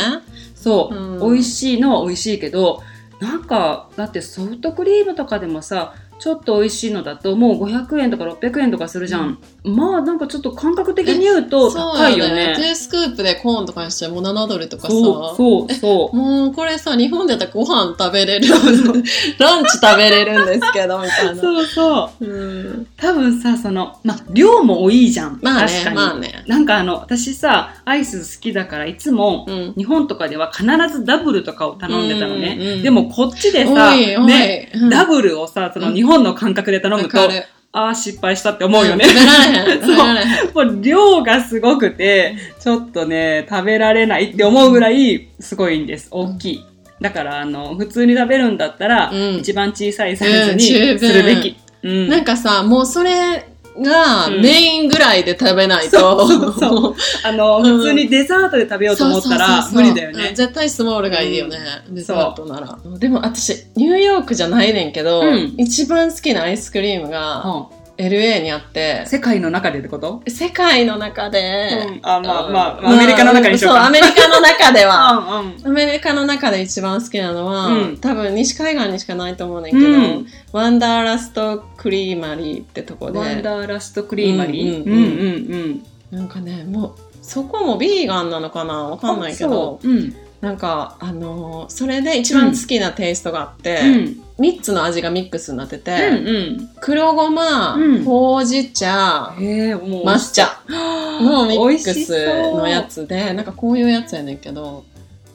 [SPEAKER 1] そう、
[SPEAKER 2] うん
[SPEAKER 1] 美味しいのは美味しいけどなんかだってソフトクリームとかでもさちょっと美味しいのだともう500円とか600円とかするじゃん、まあなんかちょっと感覚的に言うと
[SPEAKER 2] そう
[SPEAKER 1] 高いよ
[SPEAKER 2] よね
[SPEAKER 1] ね
[SPEAKER 2] ジュースクープでコーンとかにしてもう7ドルとかさ。
[SPEAKER 1] そう、そう、
[SPEAKER 2] *laughs*
[SPEAKER 1] そう。
[SPEAKER 2] もうこれさ、日本でやったらご飯食べれる
[SPEAKER 1] そう *laughs* そう。
[SPEAKER 2] ランチ食べれるんですけど、みたいな。
[SPEAKER 1] そうそう。
[SPEAKER 2] うん。
[SPEAKER 1] 多分さ、その、ま、量も多いじゃん。
[SPEAKER 2] まあ
[SPEAKER 1] 確か
[SPEAKER 2] ね、
[SPEAKER 1] に。
[SPEAKER 2] まあね。
[SPEAKER 1] なんかあの、私さ、アイス好きだからいつも、
[SPEAKER 2] うん。
[SPEAKER 1] 日本とかでは必ずダブルとかを頼んでたの
[SPEAKER 2] うんうんう
[SPEAKER 1] ね。
[SPEAKER 2] ん
[SPEAKER 1] でもこっちでさ、
[SPEAKER 2] おいおい
[SPEAKER 1] ね、
[SPEAKER 2] うん
[SPEAKER 1] ダブルをさ、その日本の感覚で頼む
[SPEAKER 2] わ
[SPEAKER 1] と
[SPEAKER 2] か、る
[SPEAKER 1] ああ、失敗したって思うよね。
[SPEAKER 2] 食べられへん。食べられへん。
[SPEAKER 1] *laughs* もう量がすごくて、ちょっとね、食べられないって思うぐらいすごいんです。大きい。だから、あの、普通に食べるんだったら、
[SPEAKER 2] うん
[SPEAKER 1] 一番小さいサイズに
[SPEAKER 2] うん十
[SPEAKER 1] す
[SPEAKER 2] 分
[SPEAKER 1] るべき。うん
[SPEAKER 2] なんかさ、もうそれが
[SPEAKER 1] うん
[SPEAKER 2] メインぐらいで食べないと。
[SPEAKER 1] そうそうそあの、
[SPEAKER 2] うん
[SPEAKER 1] 普通にデザートで食べようと思ったら
[SPEAKER 2] そうそう
[SPEAKER 1] 無理
[SPEAKER 2] そうそう
[SPEAKER 1] だよ
[SPEAKER 2] うん
[SPEAKER 1] ね。
[SPEAKER 2] 絶対スモールがいいよね。デザートなら。でも私、ニューヨークじゃないねんけど、
[SPEAKER 1] うん
[SPEAKER 2] 一番好きなアイスクリームが
[SPEAKER 1] うん
[SPEAKER 2] LA にあって、
[SPEAKER 1] 世界の中でってこと
[SPEAKER 2] 世界の中で、
[SPEAKER 1] うんあ、まあまあ
[SPEAKER 2] うん
[SPEAKER 1] まあ、アメリカの中にしよう
[SPEAKER 2] そう、ア
[SPEAKER 1] か。
[SPEAKER 2] メリカの中で
[SPEAKER 1] *laughs*
[SPEAKER 2] は。
[SPEAKER 1] うんうん
[SPEAKER 2] アメリカの中で一番好きなのは、
[SPEAKER 1] うん
[SPEAKER 2] 多分西海岸にしかないと思うねんけど、
[SPEAKER 1] うん
[SPEAKER 2] ワンダーラストクリーマリーってとこで。
[SPEAKER 1] ワンダーラストクリーマリー。
[SPEAKER 2] うんう
[SPEAKER 1] う
[SPEAKER 2] ん
[SPEAKER 1] んうん。
[SPEAKER 2] なんかねもうそこもビーガンなのかなわかんないけど
[SPEAKER 1] あ。そううん。
[SPEAKER 2] なんかあのーそれで一番好きなテイストがあって、
[SPEAKER 1] うん。
[SPEAKER 2] 3つの味がミックスになってて、
[SPEAKER 1] うん
[SPEAKER 2] 黒ごま、
[SPEAKER 1] うん
[SPEAKER 2] ほうじ茶
[SPEAKER 1] うん。へえ、もう。
[SPEAKER 2] 抹茶のミックスのや
[SPEAKER 1] つ。
[SPEAKER 2] つでなんかこういうやつやねんけど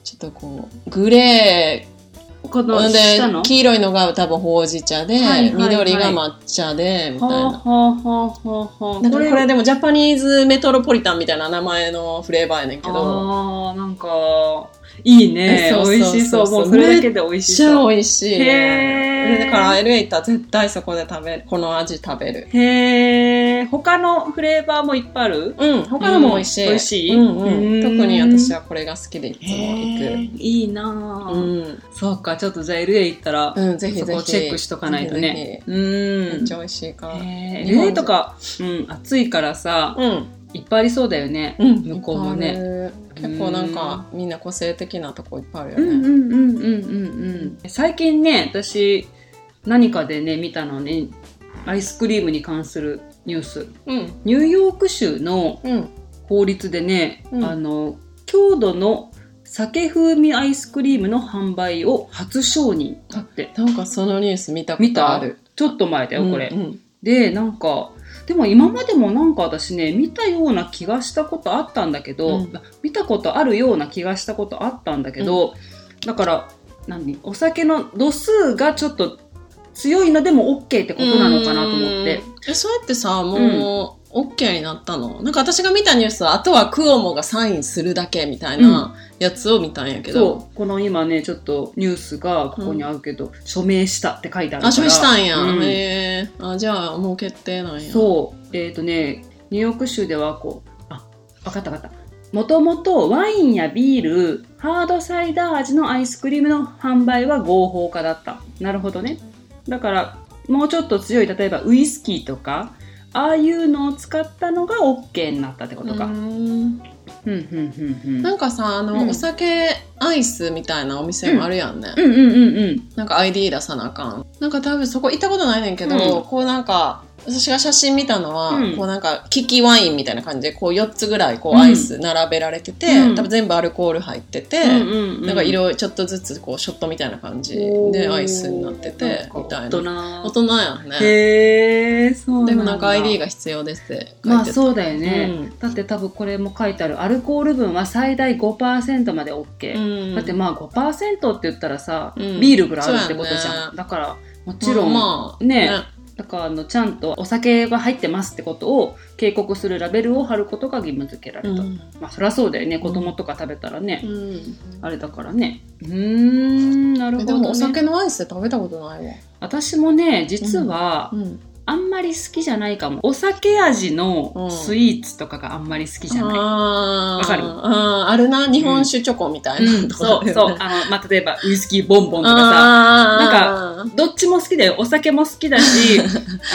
[SPEAKER 2] ちょっとこうグレー
[SPEAKER 1] この下
[SPEAKER 2] で
[SPEAKER 1] の
[SPEAKER 2] 黄色いのが多分ほうじ茶で、
[SPEAKER 1] はいはいはい
[SPEAKER 2] 緑が抹茶でみたい
[SPEAKER 1] はあ
[SPEAKER 2] な。
[SPEAKER 1] はあはあはあはあ
[SPEAKER 2] なんかこれでもジャパニーズメトロポリタンみたいな名前のフレーバーやねんけど。
[SPEAKER 1] あーなんかいいね
[SPEAKER 2] えそうそうそう
[SPEAKER 1] 美味しそうもうそれだけで美味
[SPEAKER 2] めっ
[SPEAKER 1] し
[SPEAKER 2] ちゃ
[SPEAKER 1] そう
[SPEAKER 2] 美味しい。
[SPEAKER 1] へー
[SPEAKER 2] だから LA 行ったら絶対そこで食べる。この味食べる。
[SPEAKER 1] へえ他のフレーバーもいっぱいある
[SPEAKER 2] うん、他のも美味しい。
[SPEAKER 1] うん美味しい
[SPEAKER 2] うんうん
[SPEAKER 1] うん
[SPEAKER 2] 特に私はこれが好きでいつも行
[SPEAKER 1] いいいな
[SPEAKER 2] く。
[SPEAKER 1] あ、
[SPEAKER 2] うん、
[SPEAKER 1] そうかちょっとじゃあ LA 行ったら、
[SPEAKER 2] うん、ぜひぜ
[SPEAKER 1] そ
[SPEAKER 2] ひ。
[SPEAKER 1] こをチェックしとかないとねう
[SPEAKER 2] ぜひぜひ。め
[SPEAKER 1] ん
[SPEAKER 2] っちゃ美味しいから。
[SPEAKER 1] へー
[SPEAKER 2] 日本じ
[SPEAKER 1] LA
[SPEAKER 2] ゃ
[SPEAKER 1] とか、うん、暑いからさ
[SPEAKER 2] うん、
[SPEAKER 1] いっぱいありそうだよね、
[SPEAKER 2] うん、
[SPEAKER 1] 向こうも
[SPEAKER 2] いっぱ
[SPEAKER 1] ね
[SPEAKER 2] いある結構なんかみんな個性的なとこいっぱいあるよ
[SPEAKER 1] う
[SPEAKER 2] ね。
[SPEAKER 1] んうんうんうんうんうん最近ね私何かでね見たのねアイスクリームに関するニュース
[SPEAKER 2] うん、
[SPEAKER 1] ニューヨーク州の
[SPEAKER 2] うん、
[SPEAKER 1] 法律でね、
[SPEAKER 2] うん
[SPEAKER 1] あの郷土の酒風味アイスクリームの販売を初承認だって
[SPEAKER 2] なんかそのニュース見たこ
[SPEAKER 1] 見
[SPEAKER 2] と
[SPEAKER 1] た
[SPEAKER 2] ある。
[SPEAKER 1] ちょっと前だよこれ、
[SPEAKER 2] うんうん
[SPEAKER 1] でなんかでも今までもなんか私ね見たような気がしたことあったんだけど、
[SPEAKER 2] うん
[SPEAKER 1] 見たことあるような気がしたことあったんだけど、だから何お酒の度数がちょっと強いのでも OK ってことなのかなと思って
[SPEAKER 2] うん。え、そうやってさ、もう、OK になったのなんか私が見たニュースは、あとはクオモがサインするだけみたいなやつを見たんやけど。
[SPEAKER 1] そうこの今ねちょっとニュースがここにあるけど、署名したって書いてあるから
[SPEAKER 2] あ、署名したんや。
[SPEAKER 1] うん
[SPEAKER 2] へえ。あ、じゃあもう決定なんや。う。
[SPEAKER 1] そうえっ、とねニューヨーク州ではこうあ分かった分かったもともとワインやビールハードサイダー味のアイスクリームの販売は合法化だったなるほどねだからもうちょっと強い例えばウイスキーとかああいうのを使ったのが OK になったってことか、
[SPEAKER 2] ん
[SPEAKER 1] うん、うんうんうん
[SPEAKER 2] なんかさあの、
[SPEAKER 1] うん
[SPEAKER 2] お酒アイスみたいなお店もあるやんね、
[SPEAKER 1] うんうんうんうん
[SPEAKER 2] なんか ID 出さなあかんなんか多分そこ行ったことないねんけど、
[SPEAKER 1] うん
[SPEAKER 2] こうなんか私が写真見たのは、
[SPEAKER 1] うん
[SPEAKER 2] こうなんか利きワインみたいな感じでこう4つぐらいこうアイス並べられてて、
[SPEAKER 1] うん
[SPEAKER 2] 多分全部アルコール入ってて、
[SPEAKER 1] うんうんうん
[SPEAKER 2] なんか色々ちょっとずつこうショットみたいな感じでアイスになっててみたいな
[SPEAKER 1] な
[SPEAKER 2] 大人やんね
[SPEAKER 1] へえそうなんだ
[SPEAKER 2] でもなんか ID が必要ですって書いてた、
[SPEAKER 1] まあそうだよね、
[SPEAKER 2] うん
[SPEAKER 1] だって多分これも書いてあるアルコール分は最大5%まで OK、
[SPEAKER 2] うん
[SPEAKER 1] だってまあ5%って言ったらさ、
[SPEAKER 2] うん
[SPEAKER 1] ビールぐらいあるってことじ
[SPEAKER 2] そう
[SPEAKER 1] ゃん、
[SPEAKER 2] やね
[SPEAKER 1] だからもちろん、
[SPEAKER 2] まあ
[SPEAKER 1] ねだからあのちゃんとお酒が入ってますってことを警告するラベルを貼ることが義務付けられ
[SPEAKER 2] う
[SPEAKER 1] た、
[SPEAKER 2] ん
[SPEAKER 1] まあそりゃそうだよね子供とか食べたらね
[SPEAKER 2] う、ん
[SPEAKER 1] あれだからねうーんなるほ
[SPEAKER 2] え
[SPEAKER 1] ど、ね、
[SPEAKER 2] でもお酒のアイス食べたことないわ。
[SPEAKER 1] 私もね実は
[SPEAKER 2] うん。
[SPEAKER 1] あんまり好きじゃないかもお酒味のスイーツとかがあんまり好きじゃない、
[SPEAKER 2] あー
[SPEAKER 1] わかる
[SPEAKER 2] あーあるな、日本酒チョコみたいな、 *laughs*
[SPEAKER 1] うん、そうそう。あの、まあ、例えば、ウイスキーボンボンとかさ、
[SPEAKER 2] あー
[SPEAKER 1] どっちも好きだよ。お酒も好きだ
[SPEAKER 2] *laughs*
[SPEAKER 1] し、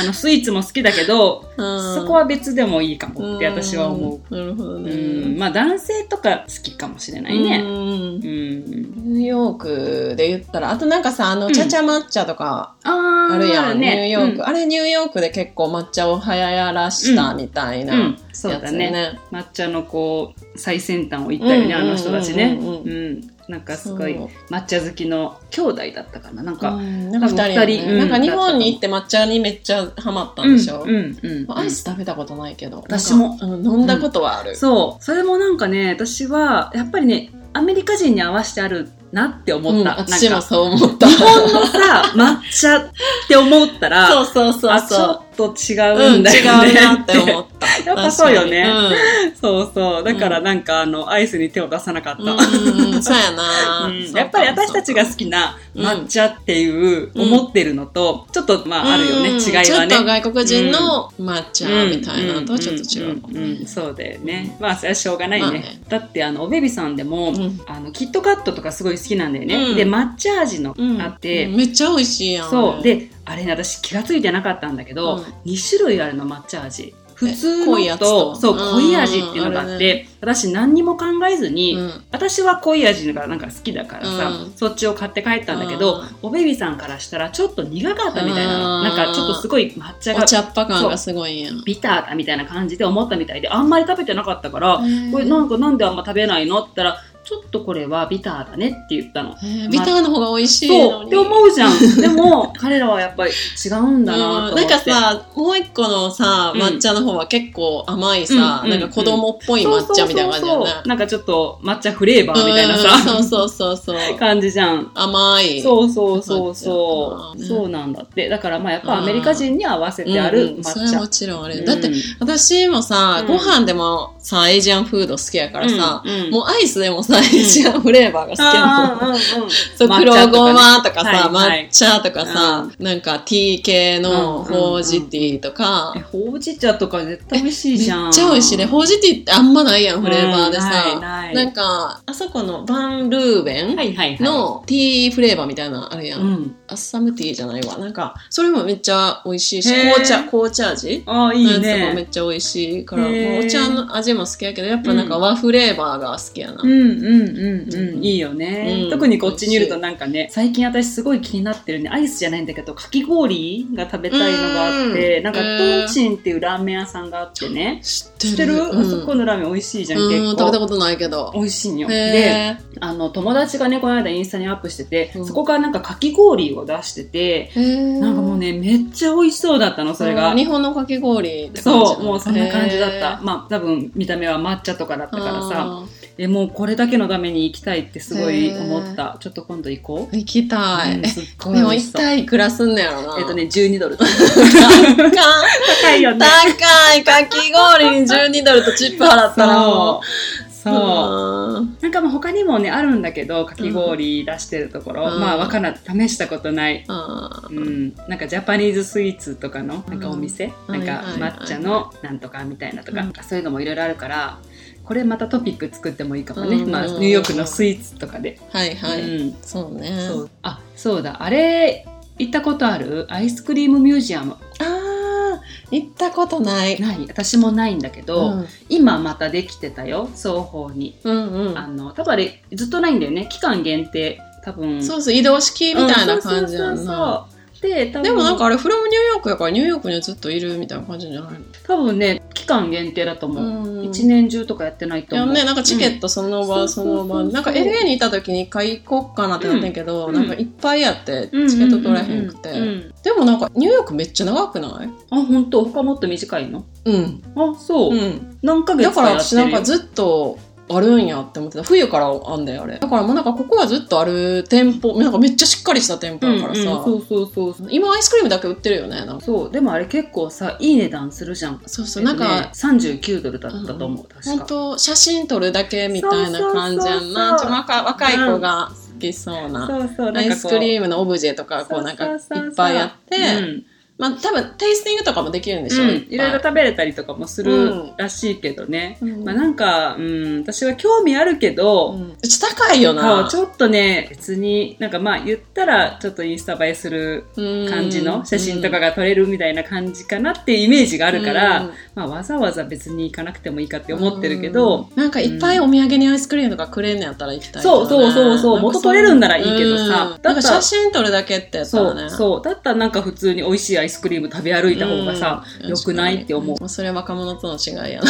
[SPEAKER 1] あの、スイーツも好きだけど、
[SPEAKER 2] うん
[SPEAKER 1] そこは別でもいいかもって私は思う。
[SPEAKER 2] うん。なるほど
[SPEAKER 1] う
[SPEAKER 2] ね。
[SPEAKER 1] ん、まあ、男性とか好きかもしれないね。
[SPEAKER 2] うん
[SPEAKER 1] うん。
[SPEAKER 2] ニューヨークで言ったら、あとなんかさ、あ
[SPEAKER 1] う
[SPEAKER 2] の、
[SPEAKER 1] ん
[SPEAKER 2] ちゃちゃ抹茶とか
[SPEAKER 1] あー
[SPEAKER 2] あるやん、ニューヨーク、
[SPEAKER 1] うん
[SPEAKER 2] あれニューヨークで結構抹茶を流行らしたみたいな
[SPEAKER 1] そうだ
[SPEAKER 2] やつ
[SPEAKER 1] ね
[SPEAKER 2] ね
[SPEAKER 1] 抹茶のこう最先端を行ったよね、
[SPEAKER 2] うん
[SPEAKER 1] あの人たちねう
[SPEAKER 2] う
[SPEAKER 1] んん
[SPEAKER 2] うんうん
[SPEAKER 1] なんかすごい
[SPEAKER 2] そう
[SPEAKER 1] 抹茶好きの兄弟だったかななんか、
[SPEAKER 2] うんなんか二人,、
[SPEAKER 1] 二人うん
[SPEAKER 2] なんか日本に行って抹茶にめっちゃハマった
[SPEAKER 1] うんん
[SPEAKER 2] でしょ、
[SPEAKER 1] うんうん
[SPEAKER 2] アイス食べたことないけど
[SPEAKER 1] 私も
[SPEAKER 2] なんかうん飲んだことはある、
[SPEAKER 1] そうそれもなんかね私はやっぱりねアメリカ人に合わせてあるなって思った、
[SPEAKER 2] うん
[SPEAKER 1] なんか
[SPEAKER 2] 私もそう思った
[SPEAKER 1] 日本のさ
[SPEAKER 2] *laughs*
[SPEAKER 1] 抹茶って思ったら
[SPEAKER 2] そうそうそうそう
[SPEAKER 1] あちょっと違
[SPEAKER 2] う、
[SPEAKER 1] うん
[SPEAKER 2] 違うん
[SPEAKER 1] だよね、
[SPEAKER 2] なって思った
[SPEAKER 1] *laughs* やっぱそうよね
[SPEAKER 2] 確かに
[SPEAKER 1] そうそうだからなんかあのアイスに手を出さなかった、
[SPEAKER 2] うん、うん、そうやな、
[SPEAKER 1] うんやっぱり私たちが好きな抹茶っていう
[SPEAKER 2] うん
[SPEAKER 1] 思ってるのと、ちょっとまああるよね、
[SPEAKER 2] うん
[SPEAKER 1] 違いは
[SPEAKER 2] ちょっと
[SPEAKER 1] ね。
[SPEAKER 2] 外国人の抹茶みたいなのとはちょっと違うかも
[SPEAKER 1] んんん
[SPEAKER 2] ね
[SPEAKER 1] んそうだよね。まあそれはしょうがないね。
[SPEAKER 2] まあね
[SPEAKER 1] だってあのおべびさんでも、
[SPEAKER 2] うん
[SPEAKER 1] あのキットカットとかすごい好きなんだよね。
[SPEAKER 2] うん
[SPEAKER 1] で抹茶味のあって、
[SPEAKER 2] うんめっちゃ美味しいやん
[SPEAKER 1] そうであれね私気がついてなかったんだけど、
[SPEAKER 2] うん
[SPEAKER 1] 2種類あるの抹茶味。普通の
[SPEAKER 2] 濃いや
[SPEAKER 1] と
[SPEAKER 2] つ
[SPEAKER 1] そう
[SPEAKER 2] とうん
[SPEAKER 1] 濃い味っていうのがあっ
[SPEAKER 2] あ
[SPEAKER 1] て
[SPEAKER 2] れ
[SPEAKER 1] 私何にも考えずに、
[SPEAKER 2] うん
[SPEAKER 1] 私は濃い味がなんか好きだからさ、
[SPEAKER 2] うん
[SPEAKER 1] そっちを買って帰ったんだけど、
[SPEAKER 2] うん
[SPEAKER 1] おベビさんからしたらちょっと苦かったみたいな、
[SPEAKER 2] うん
[SPEAKER 1] なんかちょっとすごい抹茶
[SPEAKER 2] お
[SPEAKER 1] が
[SPEAKER 2] 茶っ葉感がすごいやん
[SPEAKER 1] ビターだみたいな感じで思ったみたいであんまり食べてなかったから、これ
[SPEAKER 2] れ
[SPEAKER 1] なんかなんであんま食べないのって言ったらちょっとこれはビターだねって言ったの。
[SPEAKER 2] ビターの方が美味しいの
[SPEAKER 1] そう
[SPEAKER 2] に
[SPEAKER 1] って思うじゃんでも彼らはやっぱり違うんだなと
[SPEAKER 2] うんな
[SPEAKER 1] 思
[SPEAKER 2] ん
[SPEAKER 1] っ
[SPEAKER 2] か
[SPEAKER 1] て。
[SPEAKER 2] さもう一個のさ
[SPEAKER 1] うん
[SPEAKER 2] 抹茶の方は結構甘いさ、
[SPEAKER 1] うん
[SPEAKER 2] なんか子供っぽい
[SPEAKER 1] そう
[SPEAKER 2] 抹
[SPEAKER 1] そうそうそ
[SPEAKER 2] 茶
[SPEAKER 1] う
[SPEAKER 2] みたいな感じだよね
[SPEAKER 1] なんかちょっと抹茶フレーバーみたいな
[SPEAKER 2] うん
[SPEAKER 1] さ、
[SPEAKER 2] そうそうそうそう
[SPEAKER 1] 感じじゃん。
[SPEAKER 2] 甘い
[SPEAKER 1] そうそうそうそう。
[SPEAKER 2] 抹茶
[SPEAKER 1] そうなんだって。だからまあやっぱアメリカ人に合わせてあ
[SPEAKER 2] う
[SPEAKER 1] る
[SPEAKER 2] ん
[SPEAKER 1] 抹
[SPEAKER 2] それは
[SPEAKER 1] 茶。
[SPEAKER 2] もちろんあれ、
[SPEAKER 1] うん
[SPEAKER 2] だって、私もさ、
[SPEAKER 1] うん
[SPEAKER 2] ご飯でもさエイジアンフード好きやからさ、
[SPEAKER 1] うん
[SPEAKER 2] もうアイスでもさ、エイジアンフレーバーが好きやもん
[SPEAKER 1] あーうんうん
[SPEAKER 2] そ
[SPEAKER 1] 抹茶と
[SPEAKER 2] う黒
[SPEAKER 1] かね
[SPEAKER 2] ごまとかさ、
[SPEAKER 1] はいはい
[SPEAKER 2] 抹茶とかさ、なんかティー系
[SPEAKER 1] う
[SPEAKER 2] の
[SPEAKER 1] ん
[SPEAKER 2] ほうじティーとか、
[SPEAKER 1] えほうじ茶とか絶対美味しいじゃん。
[SPEAKER 2] めっちゃ美味しいね。ほうじティーってあんまないやん、フレーバーで
[SPEAKER 1] う
[SPEAKER 2] さ。
[SPEAKER 1] んないない
[SPEAKER 2] なんか、あそこのバンルーベン
[SPEAKER 1] はいはいはい。、
[SPEAKER 2] のティーフレーバーみたいなのあるやん。
[SPEAKER 1] うん。
[SPEAKER 2] アッサムティーじゃないわ。なんか、それもめっちゃ美味しいし、
[SPEAKER 1] へー
[SPEAKER 2] 紅茶、紅茶味
[SPEAKER 1] ああ、い
[SPEAKER 2] の
[SPEAKER 1] い
[SPEAKER 2] やつとかめ
[SPEAKER 1] ね。
[SPEAKER 2] っちゃ美味しいから、
[SPEAKER 1] へー
[SPEAKER 2] もうお茶の味も好きやけど、やっぱなんか和フレーバーが好きやな。
[SPEAKER 1] うんうんうんうん。いいよ
[SPEAKER 2] う
[SPEAKER 1] ね
[SPEAKER 2] ん。
[SPEAKER 1] 特にこっちにいるとなんかね、最近私すごい気になってるね。アイスじゃないんだけど、かき氷が食べたいのがあって、
[SPEAKER 2] うん
[SPEAKER 1] なんか、
[SPEAKER 2] へ
[SPEAKER 1] ト
[SPEAKER 2] ー
[SPEAKER 1] ンチンっていうラーメン屋さんがあってね。
[SPEAKER 2] 知って
[SPEAKER 1] 知
[SPEAKER 2] る
[SPEAKER 1] ってる
[SPEAKER 2] うん
[SPEAKER 1] あそこのラーメン美味しいじゃん、
[SPEAKER 2] うん、
[SPEAKER 1] 結
[SPEAKER 2] 食べた
[SPEAKER 1] 構。
[SPEAKER 2] ことないけど。
[SPEAKER 1] 美味しいんよ。で、
[SPEAKER 2] へ
[SPEAKER 1] あの、友達がね、この間インスタにアップしてて、
[SPEAKER 2] うん
[SPEAKER 1] そこからなんかかき氷を出してて、
[SPEAKER 2] ー
[SPEAKER 1] なんかもう、ね、めっちゃ美味しそうだったの、それが
[SPEAKER 2] うん。日本のかき氷って感じ
[SPEAKER 1] そう、もうそんな感じだった。まあ、多分見た目は抹茶とかだった
[SPEAKER 2] だ
[SPEAKER 1] からさ、え、もうこれだけのために行きたいってすごい思った。ちょっと今度行こう。
[SPEAKER 2] 行きたい、
[SPEAKER 1] うんすっごい
[SPEAKER 2] で
[SPEAKER 1] 美
[SPEAKER 2] も
[SPEAKER 1] 味し
[SPEAKER 2] 一
[SPEAKER 1] そう。
[SPEAKER 2] 体いくらすんのやろな
[SPEAKER 1] えっとね、12ドル。
[SPEAKER 2] 高い
[SPEAKER 1] 高いよね。
[SPEAKER 2] 高いかき氷に12ドルとチップ払ったらも
[SPEAKER 1] そう。
[SPEAKER 2] う
[SPEAKER 1] そう。
[SPEAKER 2] うん
[SPEAKER 1] なんかまあ他にもね、あるんだけど、かき氷出してるところ、
[SPEAKER 2] うん
[SPEAKER 1] まあわからん、試したことない。
[SPEAKER 2] あ
[SPEAKER 1] うん、なんかジャパニーズスイーツとかのなんかお店、
[SPEAKER 2] う
[SPEAKER 1] なん
[SPEAKER 2] んはいはい
[SPEAKER 1] か
[SPEAKER 2] はい
[SPEAKER 1] 抹茶のなんとかみたいなとか、
[SPEAKER 2] う
[SPEAKER 1] そういうのもいろいろあるからこれまたトピック作ってもいいかもね、
[SPEAKER 2] うん
[SPEAKER 1] まあ、ニューヨークのスイーツとかで、
[SPEAKER 2] ーはいはい、
[SPEAKER 1] うん、
[SPEAKER 2] そうね
[SPEAKER 1] そうあそうだあれ行ったことあるアイスクリームミュージアム
[SPEAKER 2] あー行ったことない、
[SPEAKER 1] ない私もないんだけど、
[SPEAKER 2] うん
[SPEAKER 1] 今またできてたよ双方に、
[SPEAKER 2] うんうん
[SPEAKER 1] あの多分あれずっとないんだよね期間限定多分
[SPEAKER 2] そうそう移動式みたいな感じや
[SPEAKER 1] うんんそうそう
[SPEAKER 2] な、
[SPEAKER 1] そうそうで多分
[SPEAKER 2] でもなんかあれフロムニューヨークやからニューヨークにはずっといるみたいな感じじゃないの
[SPEAKER 1] 多分ね期間限定だと思う、
[SPEAKER 2] うん
[SPEAKER 1] 一年中とかやってないと
[SPEAKER 2] いや
[SPEAKER 1] 思う。
[SPEAKER 2] ね、なんかチケットその場、
[SPEAKER 1] うん
[SPEAKER 2] そ
[SPEAKER 1] そうそうそ
[SPEAKER 2] の場
[SPEAKER 1] うそう
[SPEAKER 2] なんか LA にいた時に一回行こっかなってなってんけど、
[SPEAKER 1] うん
[SPEAKER 2] なんかいっぱいやってチ
[SPEAKER 1] うん
[SPEAKER 2] ケット取れへんくて、
[SPEAKER 1] ううん
[SPEAKER 2] でもなんかニューヨークめっちゃ長くない
[SPEAKER 1] あ、本当他もっと短いの
[SPEAKER 2] うん、
[SPEAKER 1] あ、そう。
[SPEAKER 2] うん、
[SPEAKER 1] 何ヶ月
[SPEAKER 2] だ
[SPEAKER 1] か
[SPEAKER 2] か
[SPEAKER 1] や
[SPEAKER 2] ら
[SPEAKER 1] って
[SPEAKER 2] 私
[SPEAKER 1] る
[SPEAKER 2] な
[SPEAKER 1] よ
[SPEAKER 2] んかずっとあるんやって思ってた冬からあんだよあれだからもうなんかここはずっとある店舗なんかめっちゃしっかりした店舗だからさ、
[SPEAKER 1] うんうんそうそうそうそう。
[SPEAKER 2] 今アイスクリームだけ売ってるよねなんか
[SPEAKER 1] そう、でもあれ結構さ、いい値段するじゃん。
[SPEAKER 2] そうそうなんか、
[SPEAKER 1] 39ドルだったと思う、確
[SPEAKER 2] 本
[SPEAKER 1] か。
[SPEAKER 2] 当写真撮るだけみたいな感じ
[SPEAKER 1] そうそうそう
[SPEAKER 2] やんな
[SPEAKER 1] そう
[SPEAKER 2] ちょっと若若い子が好きそうな
[SPEAKER 1] そうそう、
[SPEAKER 2] アイスク
[SPEAKER 1] ー
[SPEAKER 2] リームのオブジェとかこうなんかいっぱいあって、
[SPEAKER 1] うん
[SPEAKER 2] まあ多分テイスティングとかもできるんでしょ、
[SPEAKER 1] うん
[SPEAKER 2] っぱ
[SPEAKER 1] いろいろ食べれたりとかもす
[SPEAKER 2] う
[SPEAKER 1] る
[SPEAKER 2] ん
[SPEAKER 1] らしいけどね。
[SPEAKER 2] うん
[SPEAKER 1] まあなんか、うん、私は興味あるけど、
[SPEAKER 2] うんうち高いよ
[SPEAKER 1] そう
[SPEAKER 2] な
[SPEAKER 1] ちょっとね別になんかまあ言ったらちょっとインスタ映えする感じの写真とか
[SPEAKER 2] が
[SPEAKER 1] が撮れるみたいな感じかなっていうイメージがあ
[SPEAKER 2] あ
[SPEAKER 1] るから、まあ、わざわざ別に行かなくてもいいかって思ってるけど、
[SPEAKER 2] なんかいっぱいお土産にアイスクリームとかくれんのやったら行きたい
[SPEAKER 1] そうそうそうそう元取れるんならいいけどさ
[SPEAKER 2] だ
[SPEAKER 1] だ
[SPEAKER 2] か
[SPEAKER 1] った
[SPEAKER 2] ら
[SPEAKER 1] ら
[SPEAKER 2] 写真撮るだけってやった
[SPEAKER 1] そ
[SPEAKER 2] ら
[SPEAKER 1] う
[SPEAKER 2] ねう
[SPEAKER 1] そうだったらなんか普通に美味しいアアイスクリーム食べ歩いた方がさ、
[SPEAKER 2] うん
[SPEAKER 1] 良くないって思う
[SPEAKER 2] 確かにんそれは若者との違いや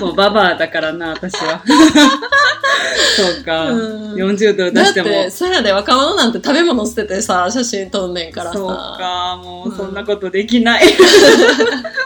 [SPEAKER 1] もうババアだからな、私
[SPEAKER 2] *laughs*
[SPEAKER 1] は。そうか。
[SPEAKER 2] な。うん
[SPEAKER 1] 40度出
[SPEAKER 2] だっ
[SPEAKER 1] しても。
[SPEAKER 2] て、そやで若者なんて食べ物捨ててさ、写真撮んねんからさ。
[SPEAKER 1] そうか、もうそんなことでき
[SPEAKER 2] *laughs*
[SPEAKER 1] ない。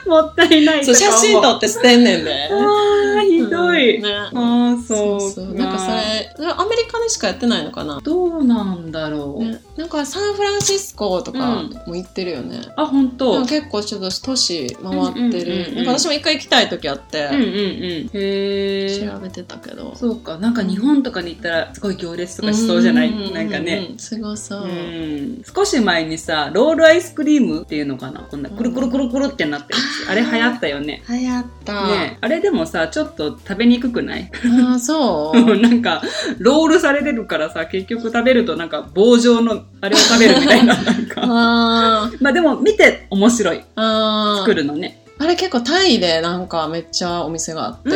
[SPEAKER 1] もったいない
[SPEAKER 2] そう
[SPEAKER 1] とか
[SPEAKER 2] 写
[SPEAKER 1] 思う
[SPEAKER 2] 真撮って捨てんねんで。
[SPEAKER 1] *laughs* ああ、ひど
[SPEAKER 2] う
[SPEAKER 1] い。
[SPEAKER 2] んね
[SPEAKER 1] ああ、そうか
[SPEAKER 2] そうそう。なんかそれ、それアメリカでしかやってないのかな。
[SPEAKER 1] どうなんだろう。
[SPEAKER 2] ね、なんかサンフランシスコとか
[SPEAKER 1] うん
[SPEAKER 2] も行ってるよね。
[SPEAKER 1] あ、本当。
[SPEAKER 2] で
[SPEAKER 1] う
[SPEAKER 2] も
[SPEAKER 1] ん
[SPEAKER 2] 結構ちょっと都市回って
[SPEAKER 1] うんうんうんう
[SPEAKER 2] る。
[SPEAKER 1] ん
[SPEAKER 2] なんか私も一回行きたい時あっ
[SPEAKER 1] うんう
[SPEAKER 2] て、
[SPEAKER 1] ん。へえ。
[SPEAKER 2] 調べてたけど。
[SPEAKER 1] そうか、なんか日本とかに行ったらすごい行列とかしそうじゃない、
[SPEAKER 2] ううう
[SPEAKER 1] なんかね。。
[SPEAKER 2] すごそうう。
[SPEAKER 1] ん、少し前にさロールアイスクリームっていうのかなこんなくるくるくるくるってなってる
[SPEAKER 2] うん
[SPEAKER 1] あれ流行ったよね
[SPEAKER 2] 流行った。
[SPEAKER 1] ねあれでもさちょっと食べにくくない
[SPEAKER 2] ああ、そ
[SPEAKER 1] *laughs*
[SPEAKER 2] う。
[SPEAKER 1] なんかロールされてるからさ結局食べるとなんか棒状のあれを食べるみたい
[SPEAKER 2] *laughs*
[SPEAKER 1] ななんか
[SPEAKER 2] あー
[SPEAKER 1] まあでも見て面白い
[SPEAKER 2] あ
[SPEAKER 1] 作
[SPEAKER 2] ー。
[SPEAKER 1] るのね
[SPEAKER 2] あれ結構タイでなんかめっちゃお店があって、